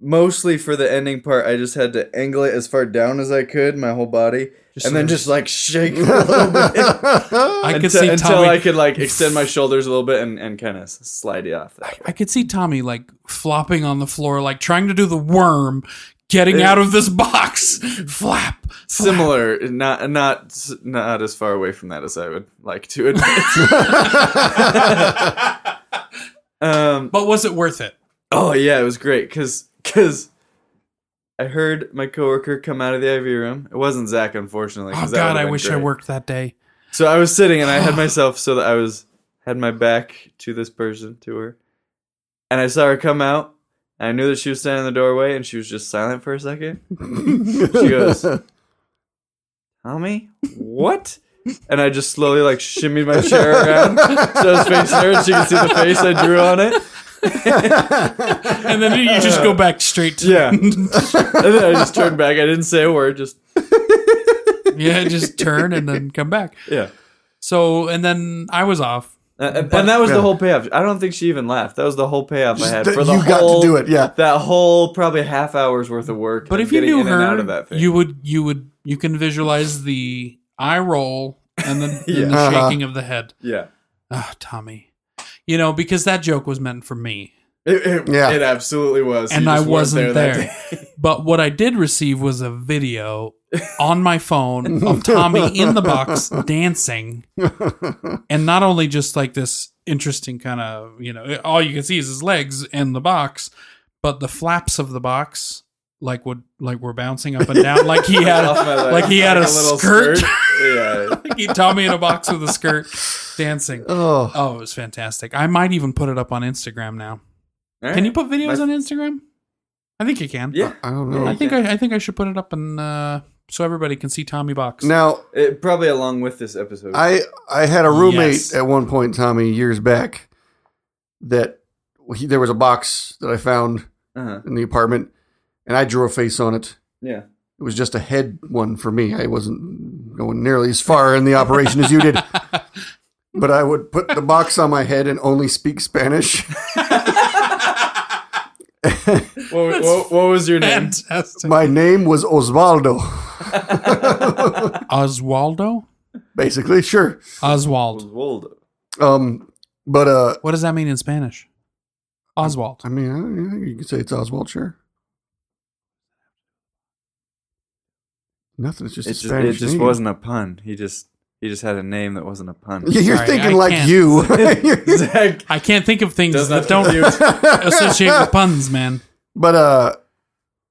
S3: mostly for the ending part, I just had to angle it as far down as I could, my whole body,
S2: Just
S3: and then
S2: sort of-
S3: just like shake it a little bit
S2: I could
S3: until,
S2: see
S3: until
S2: Tommy.
S3: I could like extend my shoulders a little bit and, and kind of slide it off. That way.
S2: I could see Tommy like flopping on the floor, like trying to do the worm, getting out of this box. Flap.
S3: Similar, not not not as far away from that as I would like to admit. um,
S2: But was it worth it?
S3: Oh yeah, it was great because because I heard my coworker come out of the IV room. It wasn't Zach, unfortunately.
S2: Oh
S3: 'cause that
S2: God,
S3: would've
S2: I
S3: been
S2: wish I
S3: great.
S2: worked that day.
S3: So I was sitting and I had myself so that I was had my back to this person to her, and I saw her come out. And I knew that she was standing in the doorway, and she was just silent for a second. She goes, "Tommy, what?" And I just slowly like shimmied my chair around so I was facing her, and she could see the face I drew on it.
S2: And then you just go back straight to
S3: Yeah. and then I just turned back. I didn't say a word. Just
S2: yeah, just turn and then come back.
S3: yeah.
S2: So and then I was off.
S4: Uh,
S3: And, and- and that was the whole payoff. I don't think she even laughed. That was the whole payoff I had
S4: that
S3: for the
S4: you got to
S3: whole,
S4: do it, yeah.
S3: that whole probably half hour's worth of work.
S2: But
S3: of
S2: if you
S3: getting
S2: knew
S3: in and out of
S2: her,
S3: that thing.
S2: you would you would you can visualize the eye roll and then and
S3: Yeah.
S2: the
S4: Uh-huh.
S2: shaking of the head.
S3: yeah,
S2: Ah, Tommy. You know, because that joke was meant for me.
S3: it, it,
S4: Yeah.
S3: it absolutely was.
S2: And
S3: You
S2: I
S3: just weren't
S2: wasn't there.
S3: that day.
S2: But what I did receive was a video on my phone of Tommy in the box dancing. And not only just like this interesting kind of, you know, all you can see is his legs in the box, but the flaps of the box like would like were bouncing up and down like he had
S3: Off my leg.
S2: like he had a skirt.
S3: yeah.
S2: he Tommy in a box with a skirt dancing.
S4: oh,
S2: Oh, it was fantastic. I might even put it up on Instagram now.
S3: All
S2: Can you
S3: right.
S2: put videos
S3: My-
S2: on Instagram? I think you can.
S3: Yeah.
S4: I don't
S2: I
S4: know.
S2: think I, I think I should put it up and uh, so everybody can see Tommy Box.
S4: Now,
S3: It, probably along with this episode.
S4: I I had a roommate
S2: Yes.
S4: at one point, Tommy, years back. That he, there was a box that I found
S3: uh-huh.
S4: in the apartment, and I drew a face on it.
S3: Yeah.
S4: It was just a head one for me. I wasn't going nearly as far in the operation as you did. But I would put the box on my head and only speak Spanish.
S3: What, what, what was your name?
S2: Fantastic.
S4: My name was Osvaldo.
S2: Oswaldo?
S4: Basically, sure.
S2: Oswald.
S3: Oswald.
S4: Um, but uh,
S2: What does that mean in Spanish? Oswald.
S4: I mean, I, yeah, you could say it's Oswald, sure. Nothing. It's just
S3: It
S4: a
S3: just, it
S4: Spanish
S3: just
S4: name.
S3: wasn't a pun. He just he just had a name that wasn't a pun.
S4: Yeah, you're
S2: Sorry,
S4: thinking
S2: I
S4: like
S2: can't.
S4: you.
S3: Zach
S2: I can't think of things
S3: does
S2: that
S3: not
S2: don't
S3: compute.
S2: associate with puns, man.
S4: but uh,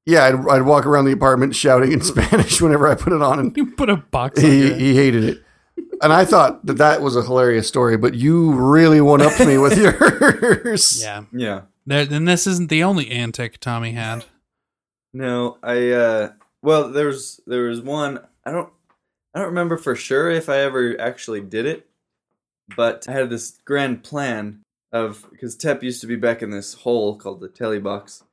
S4: yeah, I'd, I'd walk around the apartment shouting in Spanish whenever I put it on, and
S2: You put a box on
S4: he,
S2: your
S4: he hated it. And I thought that that was a hilarious story, but you really one upped me with yours.
S2: Yeah.
S3: yeah.
S2: There, and this isn't the only antic Tommy had.
S3: No, I uh well there's there was one I don't I don't remember for sure if I ever actually did it, but I had this grand plan of because Tep used to be back in this hole called the telly box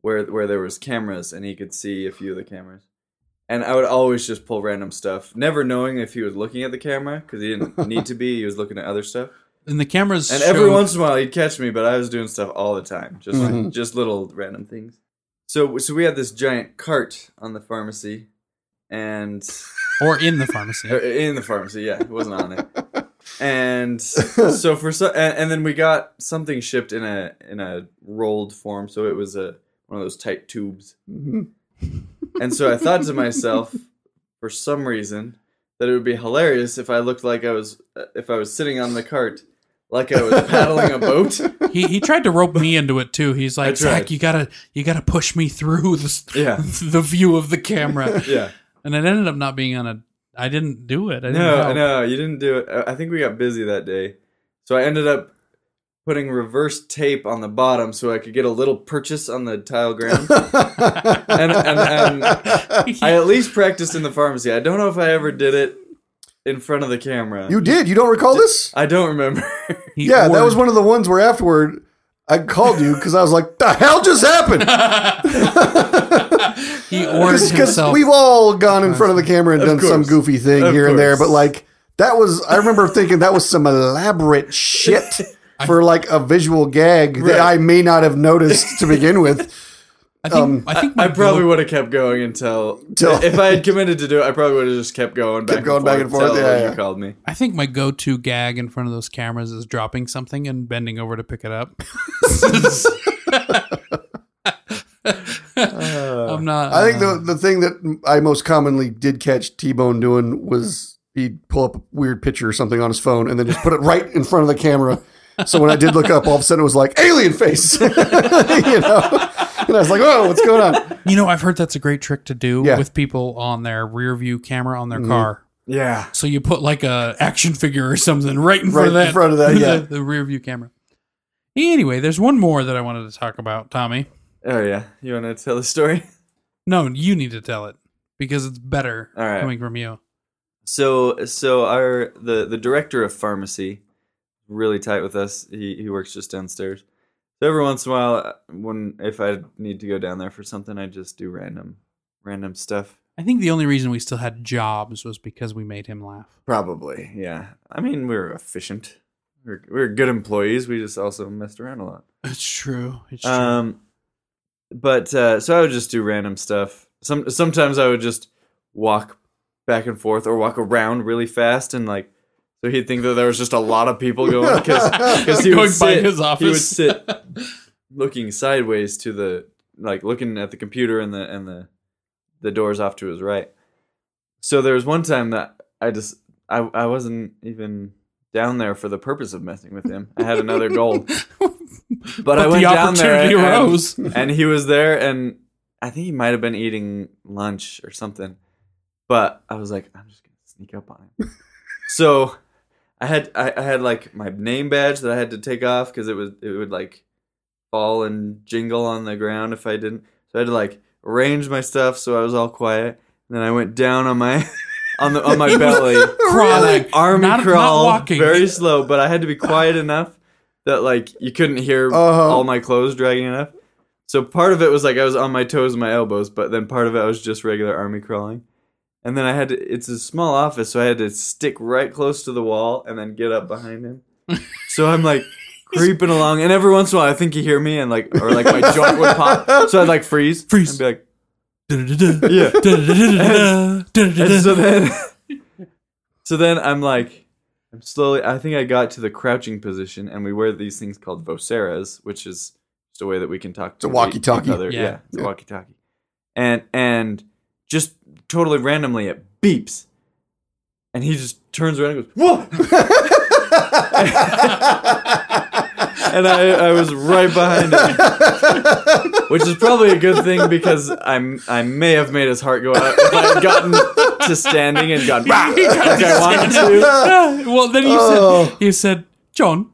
S3: where where there was cameras and he could see a few of the cameras. And I would always just pull random stuff, never knowing if he was looking at the camera because he didn't need to be. He was looking at other stuff.
S2: And the cameras
S3: And
S2: showed-
S3: every once in a while he'd catch me, but I was doing stuff all the time, just
S4: Mhm.
S3: just little random things. So so we had this giant cart on the pharmacy, and
S2: or in the pharmacy.
S3: or in the pharmacy, yeah, it wasn't on it. And so for so and, and then we got something shipped in a in a rolled form, so it was a one of those tight tubes. And so I thought to myself, for some reason, that it would be hilarious if I looked like I was uh, if I was sitting on the cart, like I was paddling a boat.
S2: he he tried to rope me into it too. He's like,
S3: tried.
S2: Zach, you gotta you gotta push me through this
S3: Yeah.
S2: the view of the camera.
S3: Yeah.
S2: And it ended up not being on a I didn't do it. I didn't
S3: No,
S2: help.
S3: no, you didn't do it. I- I think we got busy that day. So I ended up putting reverse tape on the bottom so I could get a little purchase on the tile ground. and, and, and I at least practiced in the pharmacy. I don't know if I ever did it in front of the camera.
S4: You did. You don't recall this?
S3: I don't remember.
S2: He
S4: Yeah, that
S2: ordered-
S4: was one of the ones where afterward I called you because I was like, "The hell just happened?"
S2: he ordered
S4: Because
S2: himself.
S4: we've all gone in front of the camera and done some
S3: course.
S4: goofy thing
S3: Of
S4: here and there,
S3: course.
S4: but like that was I remember thinking that was some elaborate shit for like a visual gag that I
S3: Right.
S4: may not have noticed to begin with.
S2: I think,
S4: um,
S2: I think my
S3: I probably
S2: goat-
S3: would have kept going until
S4: Till-
S3: if I had committed to do it. I probably would have just kept going, back
S4: going
S3: and
S4: back
S3: forth
S4: and forth,
S3: until
S4: yeah,
S3: you
S4: yeah.
S3: called me.
S2: I think my go-to gag in front of those cameras is dropping something and bending over to pick it up. I'm not.
S4: I think
S2: uh,
S4: the the thing that I most commonly did catch T Bone doing was he'd pull up a weird picture or something on his phone and then just put it right in front of the camera. So when I did look up, all of a sudden it was like alien face, you know, and I was like, "Oh, what's going on?"
S2: you know, I've heard that's a great trick to do
S4: Yeah. Mm-hmm.
S2: with people on their rear view camera on their car.
S3: Yeah,
S2: So you put like a action figure or something right in front of
S4: Right
S2: that,
S4: in front of that, yeah.
S2: the, the rear view camera. Anyway, there's one more that I wanted to talk about, Tommy.
S3: oh yeah. You want to tell the story?
S2: No, you need to tell it because it's better
S3: All right.
S2: coming from you.
S3: So so our the the director of pharmacy really tight with us. He he works just downstairs. So every once in a while, uh, when if I need to go down there for something, I just do random random stuff.
S2: I think the only reason we still had jobs was because we made him laugh.
S3: Probably, yeah. I mean, we were efficient. We were, we were good employees. We just also messed around a lot.
S2: It's true. It's
S3: Um, but uh, so I would just do random stuff. Some sometimes I would just walk back and forth or walk around really fast and like. So he'd think that there was just a lot of people going because he
S2: Going
S3: would
S2: by
S3: sit,
S2: his
S3: He would
S2: office.
S3: sit looking sideways to the like looking at the computer and the and the the doors off to his right. So there was one time that I just I I wasn't even down there for the purpose of messing with him. I had another goal. But, I went down there and,
S2: arose.
S3: and he was there and I think he might have been eating lunch or something. But I was like, I'm just gonna sneak up on him. so I had I, I had like my name badge that I had to take off because it was it would like fall and jingle on the ground if I didn't. So I had to like arrange my stuff so I was all quiet. And then I went down on my on the on my belly,
S2: Crawling.
S3: army
S2: Not- not
S3: crawl,
S2: walking.
S3: very slow. But I had to be quiet enough that like you couldn't hear
S4: Uh-huh.
S3: all my clothes dragging enough. So part of it was like I was on my toes and my elbows, but then part of it I was just regular army crawling. And then I had to, it's a small office, so I had to stick right close to the wall and then get up behind him. so I'm like creeping along, and every once in a while I think you hear me and like, or like my joint would pop. So I'd like freeze.
S2: Freeze.
S3: And be like,
S2: Da-da-da-da,
S3: yeah.
S2: da-da-da-da-da, da-da-da-da.
S3: And so then, so then I'm like, I'm slowly. I think I got to the crouching position, and we wear these things called voceras, which is just a way that we can talk to
S4: a walkie-talkie.
S3: each other.
S2: Yeah.
S3: Yeah, it's a walkie-talkie. And and just totally randomly, it beeps, and he just turns around and goes, "Whoa!" and I, I was right behind him, which is probably a good thing because I'm I may have made his heart go out if I'd gotten to standing and gone "Bah!" like I wanted to.
S2: Ah, well, then you
S4: Oh.
S2: said you said John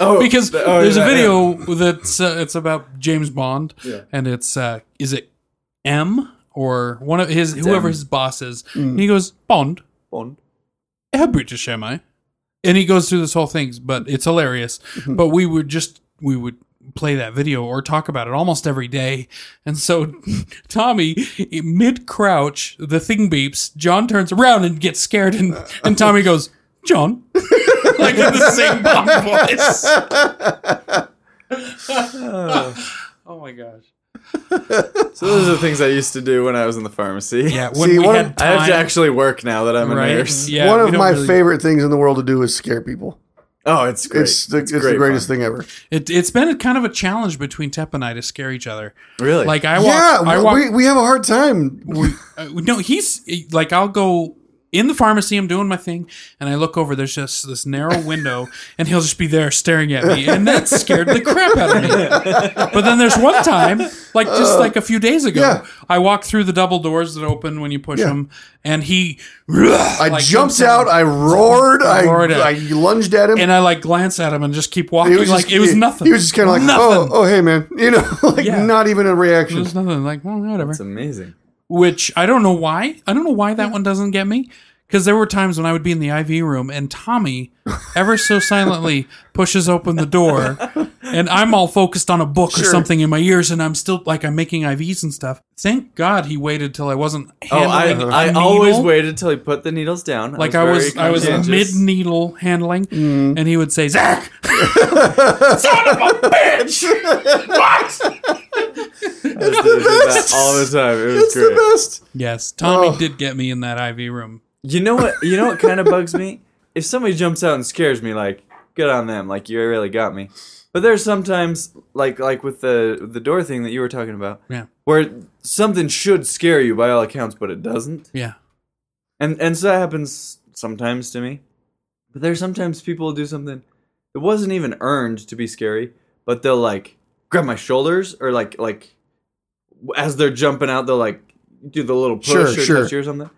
S3: Oh,
S2: because
S3: th- oh,
S2: there's a
S3: yeah,
S2: video that's uh, it's about James Bond and it's uh, is it M or one of his whoever
S3: M. Mm.
S2: his boss is. And he goes Bond.
S3: yeah.
S2: How British am I? And he goes through this whole thing, but it's hilarious.
S4: Mm-hmm.
S2: but we would just we would play that video or talk about it almost every day. And so Tommy mid crouch, the thing beeps. John turns around and gets scared, and and Tommy goes, John, like in the same bomb voice. oh my gosh!
S3: So those are the things I used to do when I was in the pharmacy.
S2: Yeah, when
S4: See,
S2: we
S4: one
S2: had
S4: of-
S3: I have to
S2: time,
S3: actually work now that I'm a
S2: right?
S3: nurse.
S2: Yeah,
S4: One
S2: we
S4: of
S2: don't
S4: my
S2: really-
S4: favorite things in the world to do is scare people.
S3: Oh, it's great.
S4: It's the, it's the greatest thing ever.
S2: It, it's been a kind of a challenge between Tep and I to scare each other.
S3: thing. Really?
S2: Like I walk,
S4: yeah,
S2: I
S4: we-
S2: walk
S4: we, we have a hard time.
S2: Uh, no, he's like I'll go in the pharmacy. I'm doing my thing, and I look over. There's just this narrow window, and he'll just be there staring at me, and that scared the crap out of me. But then there's one time, like just like a few days ago,
S4: yeah.
S2: I walked through the double doors that open when you push
S4: Yeah.
S2: them, and he,
S4: I
S2: like,
S4: jumped
S2: comes down,
S4: out. I roared. I,
S2: Roared at-
S4: I lunged at him.
S2: and I like glance at him and just keep walking, like
S4: just-
S2: it was
S4: he-
S2: nothing.
S4: He was just kind of like,
S2: Nothing.
S4: oh, oh, hey, man. You know, like
S2: Yeah.
S4: not even a
S2: It
S4: reaction.
S2: was nothing. Like well, whatever.
S3: it's amazing.
S2: which I don't know why. I don't know why that one doesn't get me. Because there were times when I would be in the IV room and Tommy, ever so silently, pushes open the door, and I'm all focused on a book or
S4: Sure.
S2: something in my ears, and I'm still like I'm making IVs and stuff. Thank God he waited till I wasn't
S3: Oh, I,
S2: handling.
S3: I
S2: a
S3: always
S2: needle.
S3: waited till he put the needles down.
S2: Like I was,
S3: very
S2: I was mid
S3: conscientious. Mm.
S2: needle handling, and he would say, "Zach,
S3: I used to do that all the time. It was
S4: It's
S3: great.
S4: the best.
S2: yes, Tommy
S4: Oh.
S2: did get me in that IV room."
S3: You know what? You know what kind of bugs me? If somebody jumps out and scares me, like good on them, like you really got me. But there's sometimes, like like with the the door thing that you were talking about,
S2: Yeah,
S3: where something should scare you by all accounts, but it doesn't,
S2: yeah,
S3: and and so that happens sometimes to me. But there's sometimes people do something that wasn't even earned to be scary, but they'll like grab my shoulders or like like as they're jumping out, they'll like do the little push
S4: Sure,
S3: or
S4: sure.
S3: touch you or something.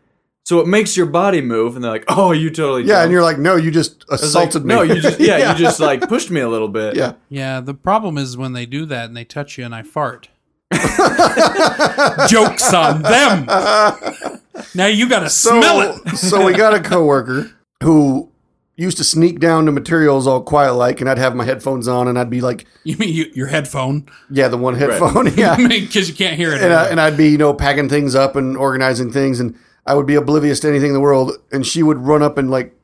S3: So it makes your body move, and they're like, "Oh, you totally
S4: Yeah,
S3: jumped."
S4: and you're like, no, you just
S3: I was like,
S4: assaulted
S3: No,
S4: me.
S3: you just yeah, you just like pushed me a little bit.
S4: yeah.
S2: yeah. The problem is when they do that and they touch you, and I fart. Jokes on them. Now you gotta
S4: So,
S2: smell it.
S4: so we got a coworker who used to sneak down to materials all quiet like, and I'd have my headphones on, and I'd be like,
S2: You mean you, your headphone?
S4: yeah, the one headphone, yeah.
S2: Because you can't hear it.
S4: and, I, and I'd be, you know, packing things up and organizing things, and I would be oblivious to anything in the world. And she would run up and like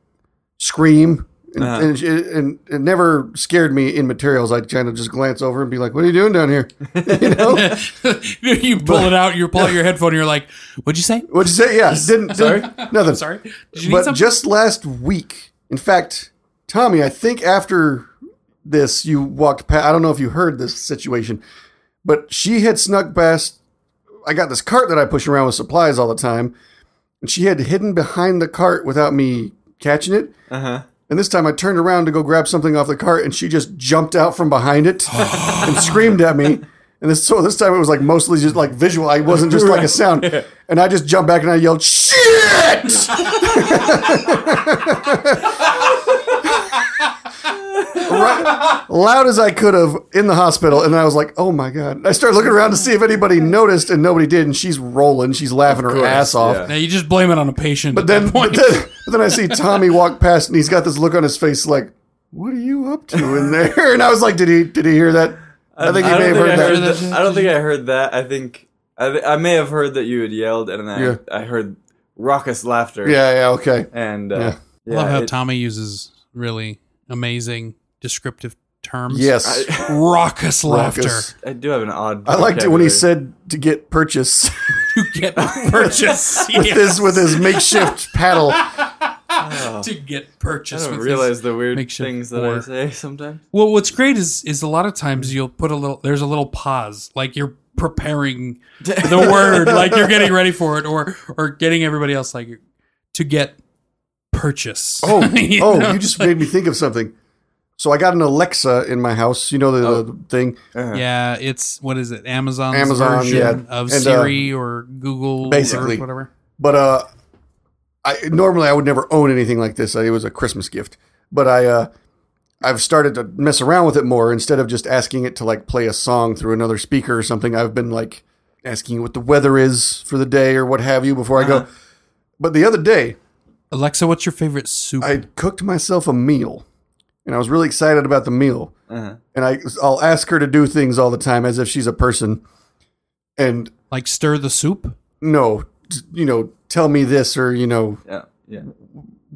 S4: scream, and
S3: Uh-huh.
S4: and, she, and it never scared me in materials. I'd kind of just glance over and be like, "What are you doing down here?" you know,
S2: you pull it out. You pull out your headphone. and You're like, "What'd you say?
S4: what'd you say? Yeah, didn't
S3: Sorry?
S4: nothing.
S2: Sorry. Did you need
S4: but
S2: something?"
S4: just last week, in fact, Tommy, I think after this, you walked past. I don't know if you heard this situation, But she had snuck past. I got this cart that I push around with supplies all the time, and she had hidden behind the cart without me catching it.
S3: Uh huh.
S4: And this time I turned around to go grab something off the cart, and she just jumped out from behind it and screamed at me. And this, so this time it was like mostly just like visual. I wasn't just like a sound. And I just jumped back and I yelled, "Shit!" right, loud as I could have in the hospital. And then I was like, "Oh my god!" I started looking around to see if anybody noticed, and nobody did. And she's rolling, she's laughing her ass off.
S3: yeah.
S2: Now you just blame it on a patient.
S4: But
S2: at
S4: then,
S2: that
S4: but
S2: point.
S4: then, but then I see Tommy walk past, and he's got this look on his face, like, "What are you up to in there?" And I was like, "Did he? Did he hear that?" I think he
S3: I
S4: may
S3: don't
S4: have heard
S3: think I
S4: that.
S3: heard that. I don't think I heard that. I think I, th- I may have heard that you had yelled, and then
S4: Yeah.
S3: I, I heard raucous laughter.
S4: Yeah, yeah, okay.
S3: and uh,
S4: Yeah.
S3: yeah,
S2: I love how
S3: it-
S2: Tommy uses really amazing descriptive terms.
S4: Yes,
S3: I,
S2: Raucous,
S4: Raucous.
S2: laughter
S3: I do have an odd.
S4: I liked it when he
S3: vocabulary.
S4: said to get purchase
S2: to get purchase.
S4: with
S2: Yes.
S4: his with his makeshift paddle.
S3: Oh,
S2: to get
S3: I
S2: purchase.
S3: don't
S2: with his-
S3: realize the weird
S2: makeshift
S3: things that I
S2: war.
S3: say sometimes.
S2: Well, what's great is is a lot of times you'll put a little. There's a little pause, like you're preparing
S3: Uh-huh,
S2: the word, like you're getting ready for it, or or getting everybody else like to get purchase.
S4: Oh,
S2: You
S4: oh,
S2: know?
S4: you just made me think of something. So I got an Alexa in my house. You know the, the thing.
S3: Uh-huh.
S2: yeah. It's what is it? Amazon's
S4: Amazon,
S2: version
S4: yeah.
S2: of
S4: And, uh,
S2: Siri or Google,
S4: basically.
S2: or whatever.
S4: But uh, I normally I would never own anything like this. It was a Christmas gift, but I uh, I've started to mess around with it more instead of just asking it to like play a song through another speaker or something. I've been like asking it what the weather is for the day or what have you before I go. But the other day,
S2: Alexa, what's your favorite soup?
S4: I cooked myself a meal, and I was really excited about the meal.
S3: Uh-huh.
S4: And I I'll ask her to do things all the time as if she's a person, and
S2: like stir the soup.
S4: no, t- you know, tell me this or you know
S3: Yeah, yeah.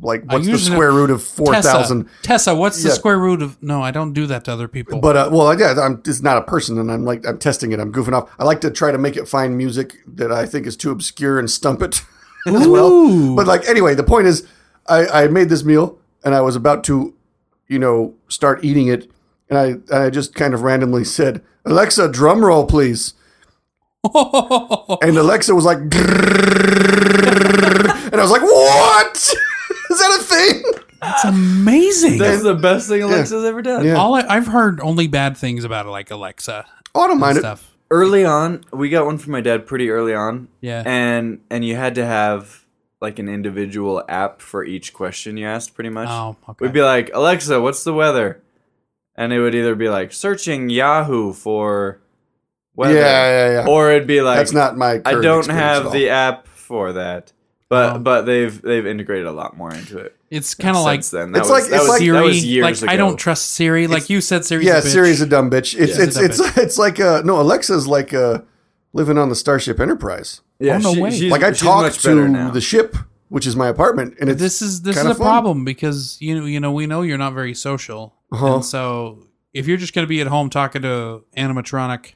S4: like
S2: I
S4: what's the
S2: usually-
S4: square root of four
S2: Tessa,
S4: thousand?
S2: Tessa, what's the
S4: Yeah.
S2: square root of? No, I don't do that to other people.
S4: But uh, well, yeah, I'm just not a person, and I'm like I'm testing it. I'm goofing off. I like to try to make it find music that I think is too obscure and stump it as well.
S2: Ooh.
S4: But like anyway, the point is, I, I made this meal and I was about to, you know, start eating it, and I and I just kind of randomly said, "Alexa, drum roll, please." And Alexa was like, and I was like, "What is that a thing?"
S2: That's amazing.
S3: That's the best thing Alexa's ever done.
S4: Yeah.
S2: All I, I've heard only bad things about it, like Alexa
S4: Oh, I don't mind it.
S2: stuff.
S3: Early on, we got one from my dad pretty early on.
S2: Yeah.
S3: and and you had to have like an individual app for each question you asked, pretty much.
S2: Oh, okay.
S3: We'd be like, Alexa, what's the weather? And it would either be like searching Yahoo for
S4: Yeah,
S3: weather,
S4: yeah, yeah.
S3: or it'd be like
S4: That's not my.
S3: I
S4: current
S3: don't
S4: experience at
S3: have
S4: all.
S3: the app for that. But
S2: Oh.
S3: but they've they've integrated a lot more into it.
S2: it's kind of like
S3: since then. That
S4: It's
S3: was,
S4: like-
S3: that
S4: it's
S3: was,
S4: like-
S2: Siri.
S3: that was years
S2: like
S3: ago.
S2: I don't trust Siri. Like you said, Siri's
S4: yeah,
S2: a bitch.
S4: Siri's a dumb bitch. It's
S2: Yeah.
S4: it's
S2: She's a
S4: it's
S2: dumb
S4: it's, like uh no Alexa's like uh living on the Starship Enterprise.
S3: Yeah,
S2: Oh, no
S3: she-
S2: way.
S3: she's-
S4: Like I
S3: she's
S4: talk
S3: much better
S4: to
S3: now.
S4: the ship, which is my apartment, and it's
S2: This is this is
S4: kinda
S2: a
S4: fun.
S2: problem because you know you know we know you're not very social,
S4: Uh-huh.
S2: and so if you're just going to be at home talking to animatronic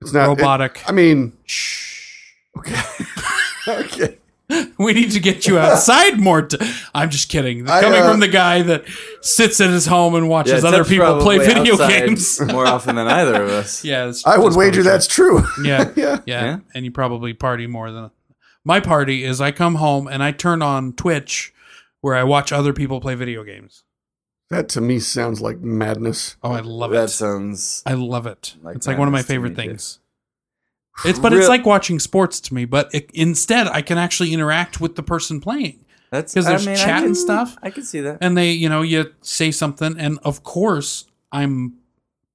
S4: it's not it-
S2: robotic,
S4: I mean,
S2: shh,
S4: okay, okay.
S2: we need to get you outside more. To, I'm just kidding.
S4: I,
S2: Coming
S4: uh,
S2: from the guy that sits at his home and
S3: Yeah,
S2: watches
S3: Ted's
S2: other people play
S3: probably
S2: video
S3: outside
S2: games.
S3: more often than either of us.
S2: yeah, that's-
S4: I would
S2: that's
S4: wager
S2: probably true.
S4: that's true.
S2: Yeah,
S4: yeah,
S2: yeah,
S3: Yeah.
S2: and you probably party more than my party is. I come home and I turn on Twitch, where I watch other people play video games.
S4: that to me sounds like madness.
S2: Oh, I love
S3: that
S2: it!
S3: sounds
S2: I love it.
S3: like
S2: it's like one of my
S3: madness to
S2: favorite
S3: me,
S2: things. It's but it's
S3: Real-
S2: like watching sports to me. But it, instead, I can actually interact with the person playing,
S3: that's
S2: 'Cause
S3: I
S2: there's
S3: mean, I
S2: chat and
S3: can-
S2: stuff.
S3: I can see that.
S2: and they, you know, you say something, and of course, I'm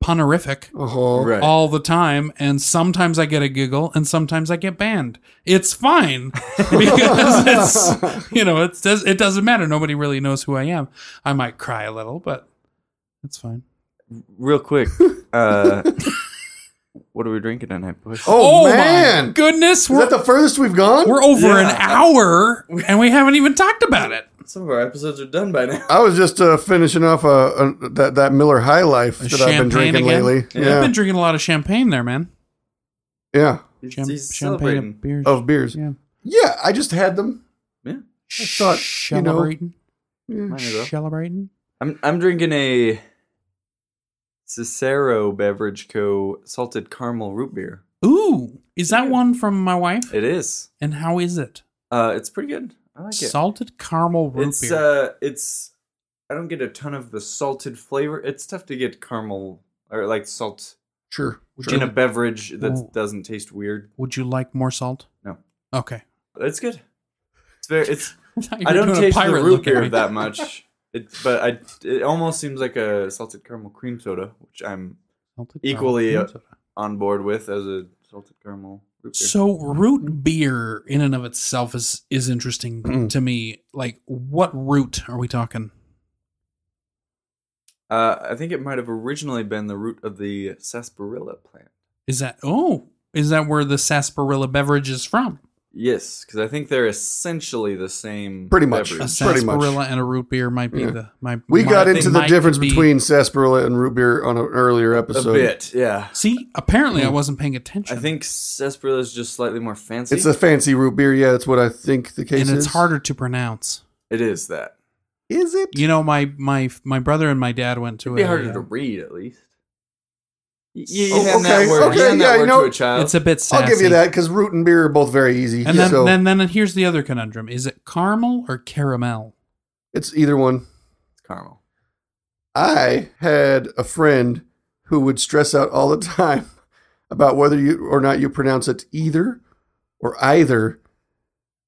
S2: punerific.
S4: Oh,
S3: Right.
S2: all the time and sometimes i get a giggle and sometimes i get banned it's fine because it's you know it does it doesn't matter nobody really knows who i am i might cry a little but it's fine
S3: Real quick, uh, what are we drinking tonight, boys?
S4: oh, man,
S2: my goodness
S4: is
S2: we're,
S4: that the furthest we've gone?
S2: we're over an
S3: Yeah.
S2: hour and we haven't even talked about it
S3: some of our episodes are done by now.
S4: I was just uh, finishing off uh, uh, that that Miller High Life that I've
S2: champagne
S4: been drinking
S2: again?
S4: lately.
S3: Yeah.
S2: i've
S4: Yeah,
S2: been drinking a lot of champagne there man
S4: yeah,
S3: He's,
S2: Cham-
S3: he's
S2: champagne
S3: celebrating.
S2: and beers
S4: of beers.
S2: yeah
S4: Yeah, I just had them. I thought, you know-
S2: celebrating
S4: Yeah.
S3: Might as well.
S2: celebrating
S3: I'm I'm drinking a Cicero Beverage Co. salted caramel root beer.
S2: Ooh, is that one from my wife?
S3: It is.
S2: And how is it?
S3: Uh, it's pretty good. I like it.
S2: Salted caramel root
S3: it's
S2: beer.
S3: uh, it's. I don't get a ton of the salted flavor. It's tough to get caramel or like salt
S4: Sure. Sure.
S3: in a beverage that
S2: Ooh.
S3: doesn't taste weird.
S2: Would you like more salt?
S3: No.
S2: Okay.
S3: It's good. It's very. It's.
S2: thought you
S3: I
S2: were
S3: don't
S2: doing a
S3: taste the
S2: pirate
S3: root
S2: look at
S3: beer
S2: me.
S3: that much. It, but I. It almost seems like a salted caramel cream soda, which I'm
S2: Salted
S3: Equally,
S2: caramel
S3: uh,
S2: soda.
S3: on board with as a salted caramel root beer.
S2: So root beer in and of itself is is interesting
S4: Mm.
S2: to me. Like what root are we talking?
S3: Uh, I think it might have originally been the root of the sarsaparilla plant.
S2: Is that oh, is that where the sarsaparilla beverage is from?
S3: Yes, because I think they're essentially the same.
S4: Pretty much.
S2: A
S3: beverage.
S4: Pretty much.
S2: sarsaparilla and a root beer might be
S4: Yeah.
S2: the my
S4: We
S2: might-
S4: got
S3: think
S4: into the
S2: might
S4: difference
S2: be-
S4: between sarsaparilla and root beer on an earlier
S3: A
S4: episode.
S3: bit, yeah.
S2: See, apparently I wasn't paying
S3: Mm. I
S2: attention.
S3: think sarsaparilla is just slightly more fancy.
S4: It's a fancy root beer. Yeah, that's what I think the case
S2: and
S4: is.
S2: it's harder to pronounce.
S3: it is that.
S4: Is it?
S2: You know, my my my brother and my dad went to
S3: It'd be
S2: a,
S3: harder
S2: uh,
S3: to read, at least. Y- You,
S4: Oh,
S3: hand that
S4: okay,
S3: word, you
S4: okay,
S3: hand
S4: yeah,
S3: that
S4: you
S3: word
S4: know,
S3: to a child.
S2: It's a bit sassy.
S4: I'll give you that because root and beer are both very easy.
S2: And then,
S4: so
S2: then then here's the other conundrum: is it caramel or caramel?
S4: it's either one.
S3: It's caramel.
S4: I had a friend who would stress out all the time about whether you or not you pronounce it either or either.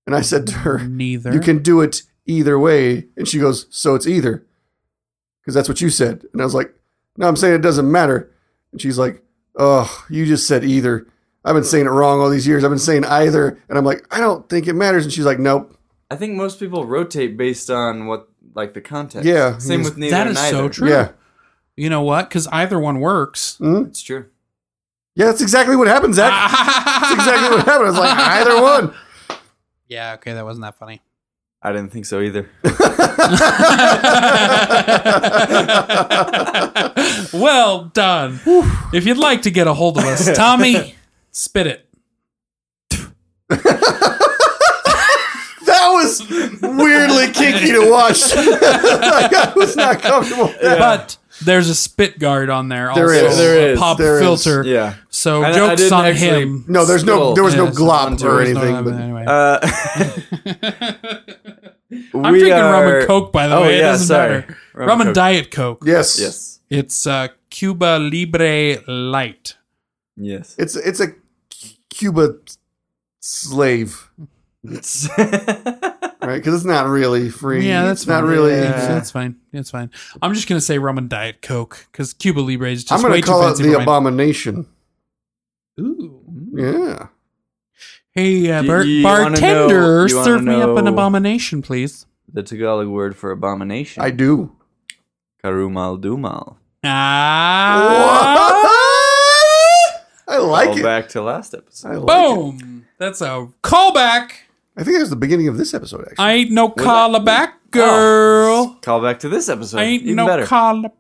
S4: And I said to her,
S2: Neither.
S4: You can do it either way. And she goes, So it's either. Because that's what you said. And I was like, No, I'm saying it doesn't matter. And she's like, Oh, you just said either. I've been saying it wrong all these years. I've been saying either. And I'm like, I don't think it matters. And she's like, Nope.
S3: I think most people rotate based on what, like, the context.
S4: Yeah,
S3: Same
S4: yes.
S3: with neither.
S2: That
S3: and
S2: is so
S3: neither.
S2: true.
S4: Yeah.
S2: You know what? Because either one works.
S4: hmm
S3: It's true.
S4: Yeah, that's exactly what happened, Zach.
S2: Ah.
S4: That's exactly what happened. I was like, Either one.
S2: Yeah. Okay, that wasn't that funny.
S3: I didn't think so either.
S2: well done. If you'd like to get a hold of us, Tommy, spit it.
S4: That was weirdly kinky to watch. like, I was not comfortable. with that.
S2: But there's a spit guard on there.
S4: There
S2: also,
S4: is.
S3: There
S2: a
S3: is.
S2: pop
S4: There is.
S2: filter.
S3: Yeah.
S2: So
S3: I- I
S2: jokes
S3: didn't
S2: on
S3: actually-
S2: him.
S4: No, there's no,
S3: Still,
S4: there was no
S2: yeah, so
S4: glop
S3: onto
S4: or
S3: it.
S4: anything. but-
S2: anyway.
S3: Uh,
S2: I'm
S3: we
S2: drinking rum
S3: are-
S2: and coke, by the
S3: Oh,
S2: way. It
S3: yeah,
S2: doesn't
S3: sorry.
S2: matter. Rum, and
S3: Coke.
S2: diet coke.
S4: yes,
S3: Yes.
S2: It's uh, Cuba Libre Light.
S3: Yes.
S4: it's it's a Cuba slave, right? Because it's not really free.
S2: Yeah, that's
S4: it's not
S2: fine.
S4: really.
S2: Yeah, That's fine. That's fine. I'm just gonna say rum and diet coke because Cuba Libre is just
S4: I'm going
S2: way
S4: to call
S2: too
S4: it
S2: fancy
S4: the
S2: for mine.
S4: abomination.
S2: Ooh.
S4: Yeah,
S2: Hey, uh,
S3: You-
S2: bar-
S3: you wanna
S2: bartender,
S3: know- you wanna
S2: serve me up an
S3: know-
S2: abomination, please.
S3: the Tagalog word for abomination.
S4: I do.
S3: Karumal Dumal.
S2: Ah,
S4: I like
S3: All
S4: it.
S3: back to last episode.
S4: I like it.
S2: boom. That's a callback.
S4: I think that was the beginning of this episode. Actually,
S2: I ain't no callback,
S3: Oh,
S2: girl.
S3: Call back to this episode.
S2: I ain't
S3: Even
S2: no
S3: better.
S2: callback.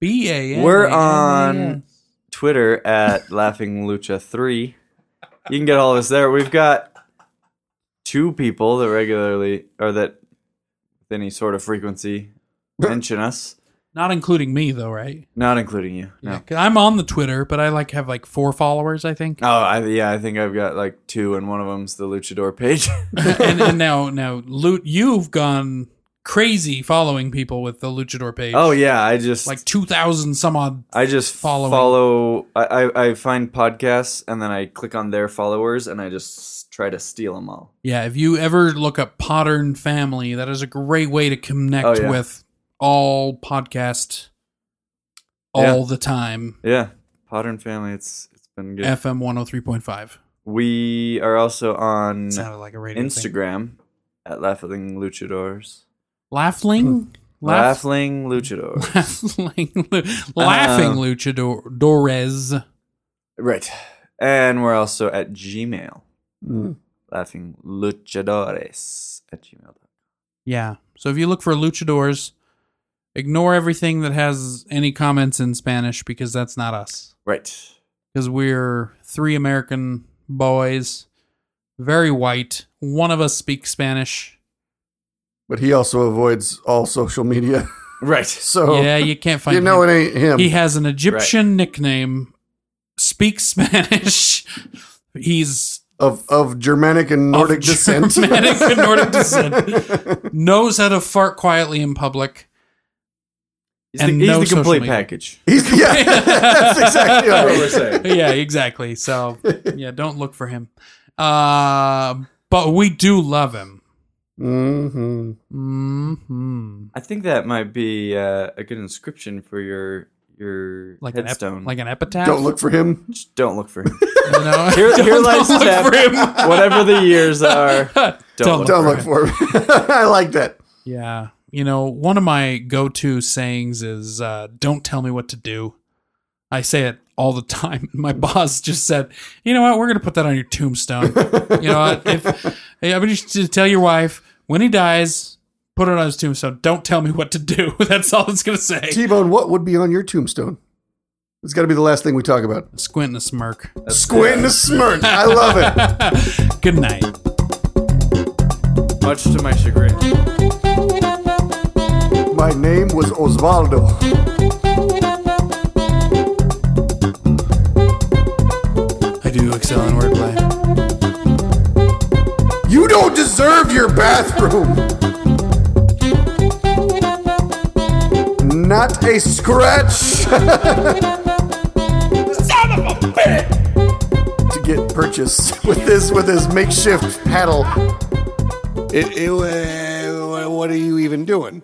S2: B A N.
S3: We're
S2: A N A
S3: on
S2: S.
S3: Twitter at Laughing Lucha 3. You can get all of us there. We've got two people that regularly, or that with any sort of frequency, mention us.
S2: Not including me though, right?
S3: Not including you. No.
S2: Yeah, 'cause I'm on the Twitter, but I like have like four followers, I think.
S3: Oh, I, yeah, I think I've got like two, and one of them's the Luchador page.
S2: and, and now now loot you've gone crazy following people with the luchador page
S3: oh yeah, I just
S2: like 2000 some odd
S3: I just
S2: following.
S3: follow. I, I I find podcasts, and then I click on their followers, and I just try to steal them all.
S2: yeah if you ever look up Pottern family that is a great way to connect
S3: Oh, yeah.
S2: with all podcast all the time
S3: Yeah, Potter and Family. It's it's been good.
S2: fm 103.5
S3: we are also on
S2: sounded like a radio thing.
S3: Instagram at Laughing Luchadors.
S2: laughling Laugh-
S3: Laughing Luchadors.
S2: laughing lu- laughing
S3: Um,
S2: luchador Dores.
S3: right, and we're also at Gmail.
S4: Mm.
S3: Laughing Luchadores at Gmail.
S2: Yeah. So if you look for luchadors, ignore everything that has any comments in Spanish because that's not us.
S3: Right.
S2: Because we're three American boys, very white. One of us speaks Spanish.
S4: but he also avoids all social media.
S3: Right.
S4: So
S2: yeah, you can't find
S4: Oh. you know
S2: him.
S4: it ain't him.
S2: He has an Egyptian nickname, speaks Spanish. He's
S4: of of Germanic and Nordic
S2: Of
S4: descent.
S2: Germanic and Nordic descent. knows how to fart quietly in public.
S3: He's,
S2: And
S3: the, he's
S2: no
S3: the
S2: social
S3: complete
S2: media.
S3: package.
S4: He's, yeah, that's exactly what
S3: That's what
S4: we're
S3: we're
S4: saying.
S3: saying.
S2: yeah, exactly. So yeah, don't look for him. Uh, but we do love him.
S4: Mm-hmm.
S2: hmm
S3: I think that might be uh, a good inscription for your your
S2: Like an ep-
S3: headstone.
S2: like an epitaph.
S4: Don't look for him.
S3: Just don't look for him.
S2: You know?
S3: Here,
S2: Don't-
S3: here
S2: don't
S3: lies
S2: look
S3: his
S2: for him.
S3: app. Whatever the years are, don't,
S2: Don't
S3: look.
S4: Don't
S2: for
S4: look for him. I like that.
S2: Yeah, you know, one of my go-to sayings is uh, "Don't tell me what to do." I say it all the time. My boss just said, "You know what? We're gonna put that on your tombstone." you know, what? if yeah, but you should tell your wife when he dies, put it on his tombstone. Don't tell me what to do. That's all it's gonna say.
S4: T Bone, what would be on your tombstone? It's got to be the last thing we talk about.
S2: A squint and a smirk.
S4: Squint and a smirk. I love it.
S2: Good night.
S3: Much to my chagrin.
S4: My name was Osvaldo.
S2: I do excel in wordplay.
S4: You don't deserve your bathroom. Not a scratch. Son of a bitch! To get purchased with this with this makeshift paddle. It, it, uh, what are you even doing?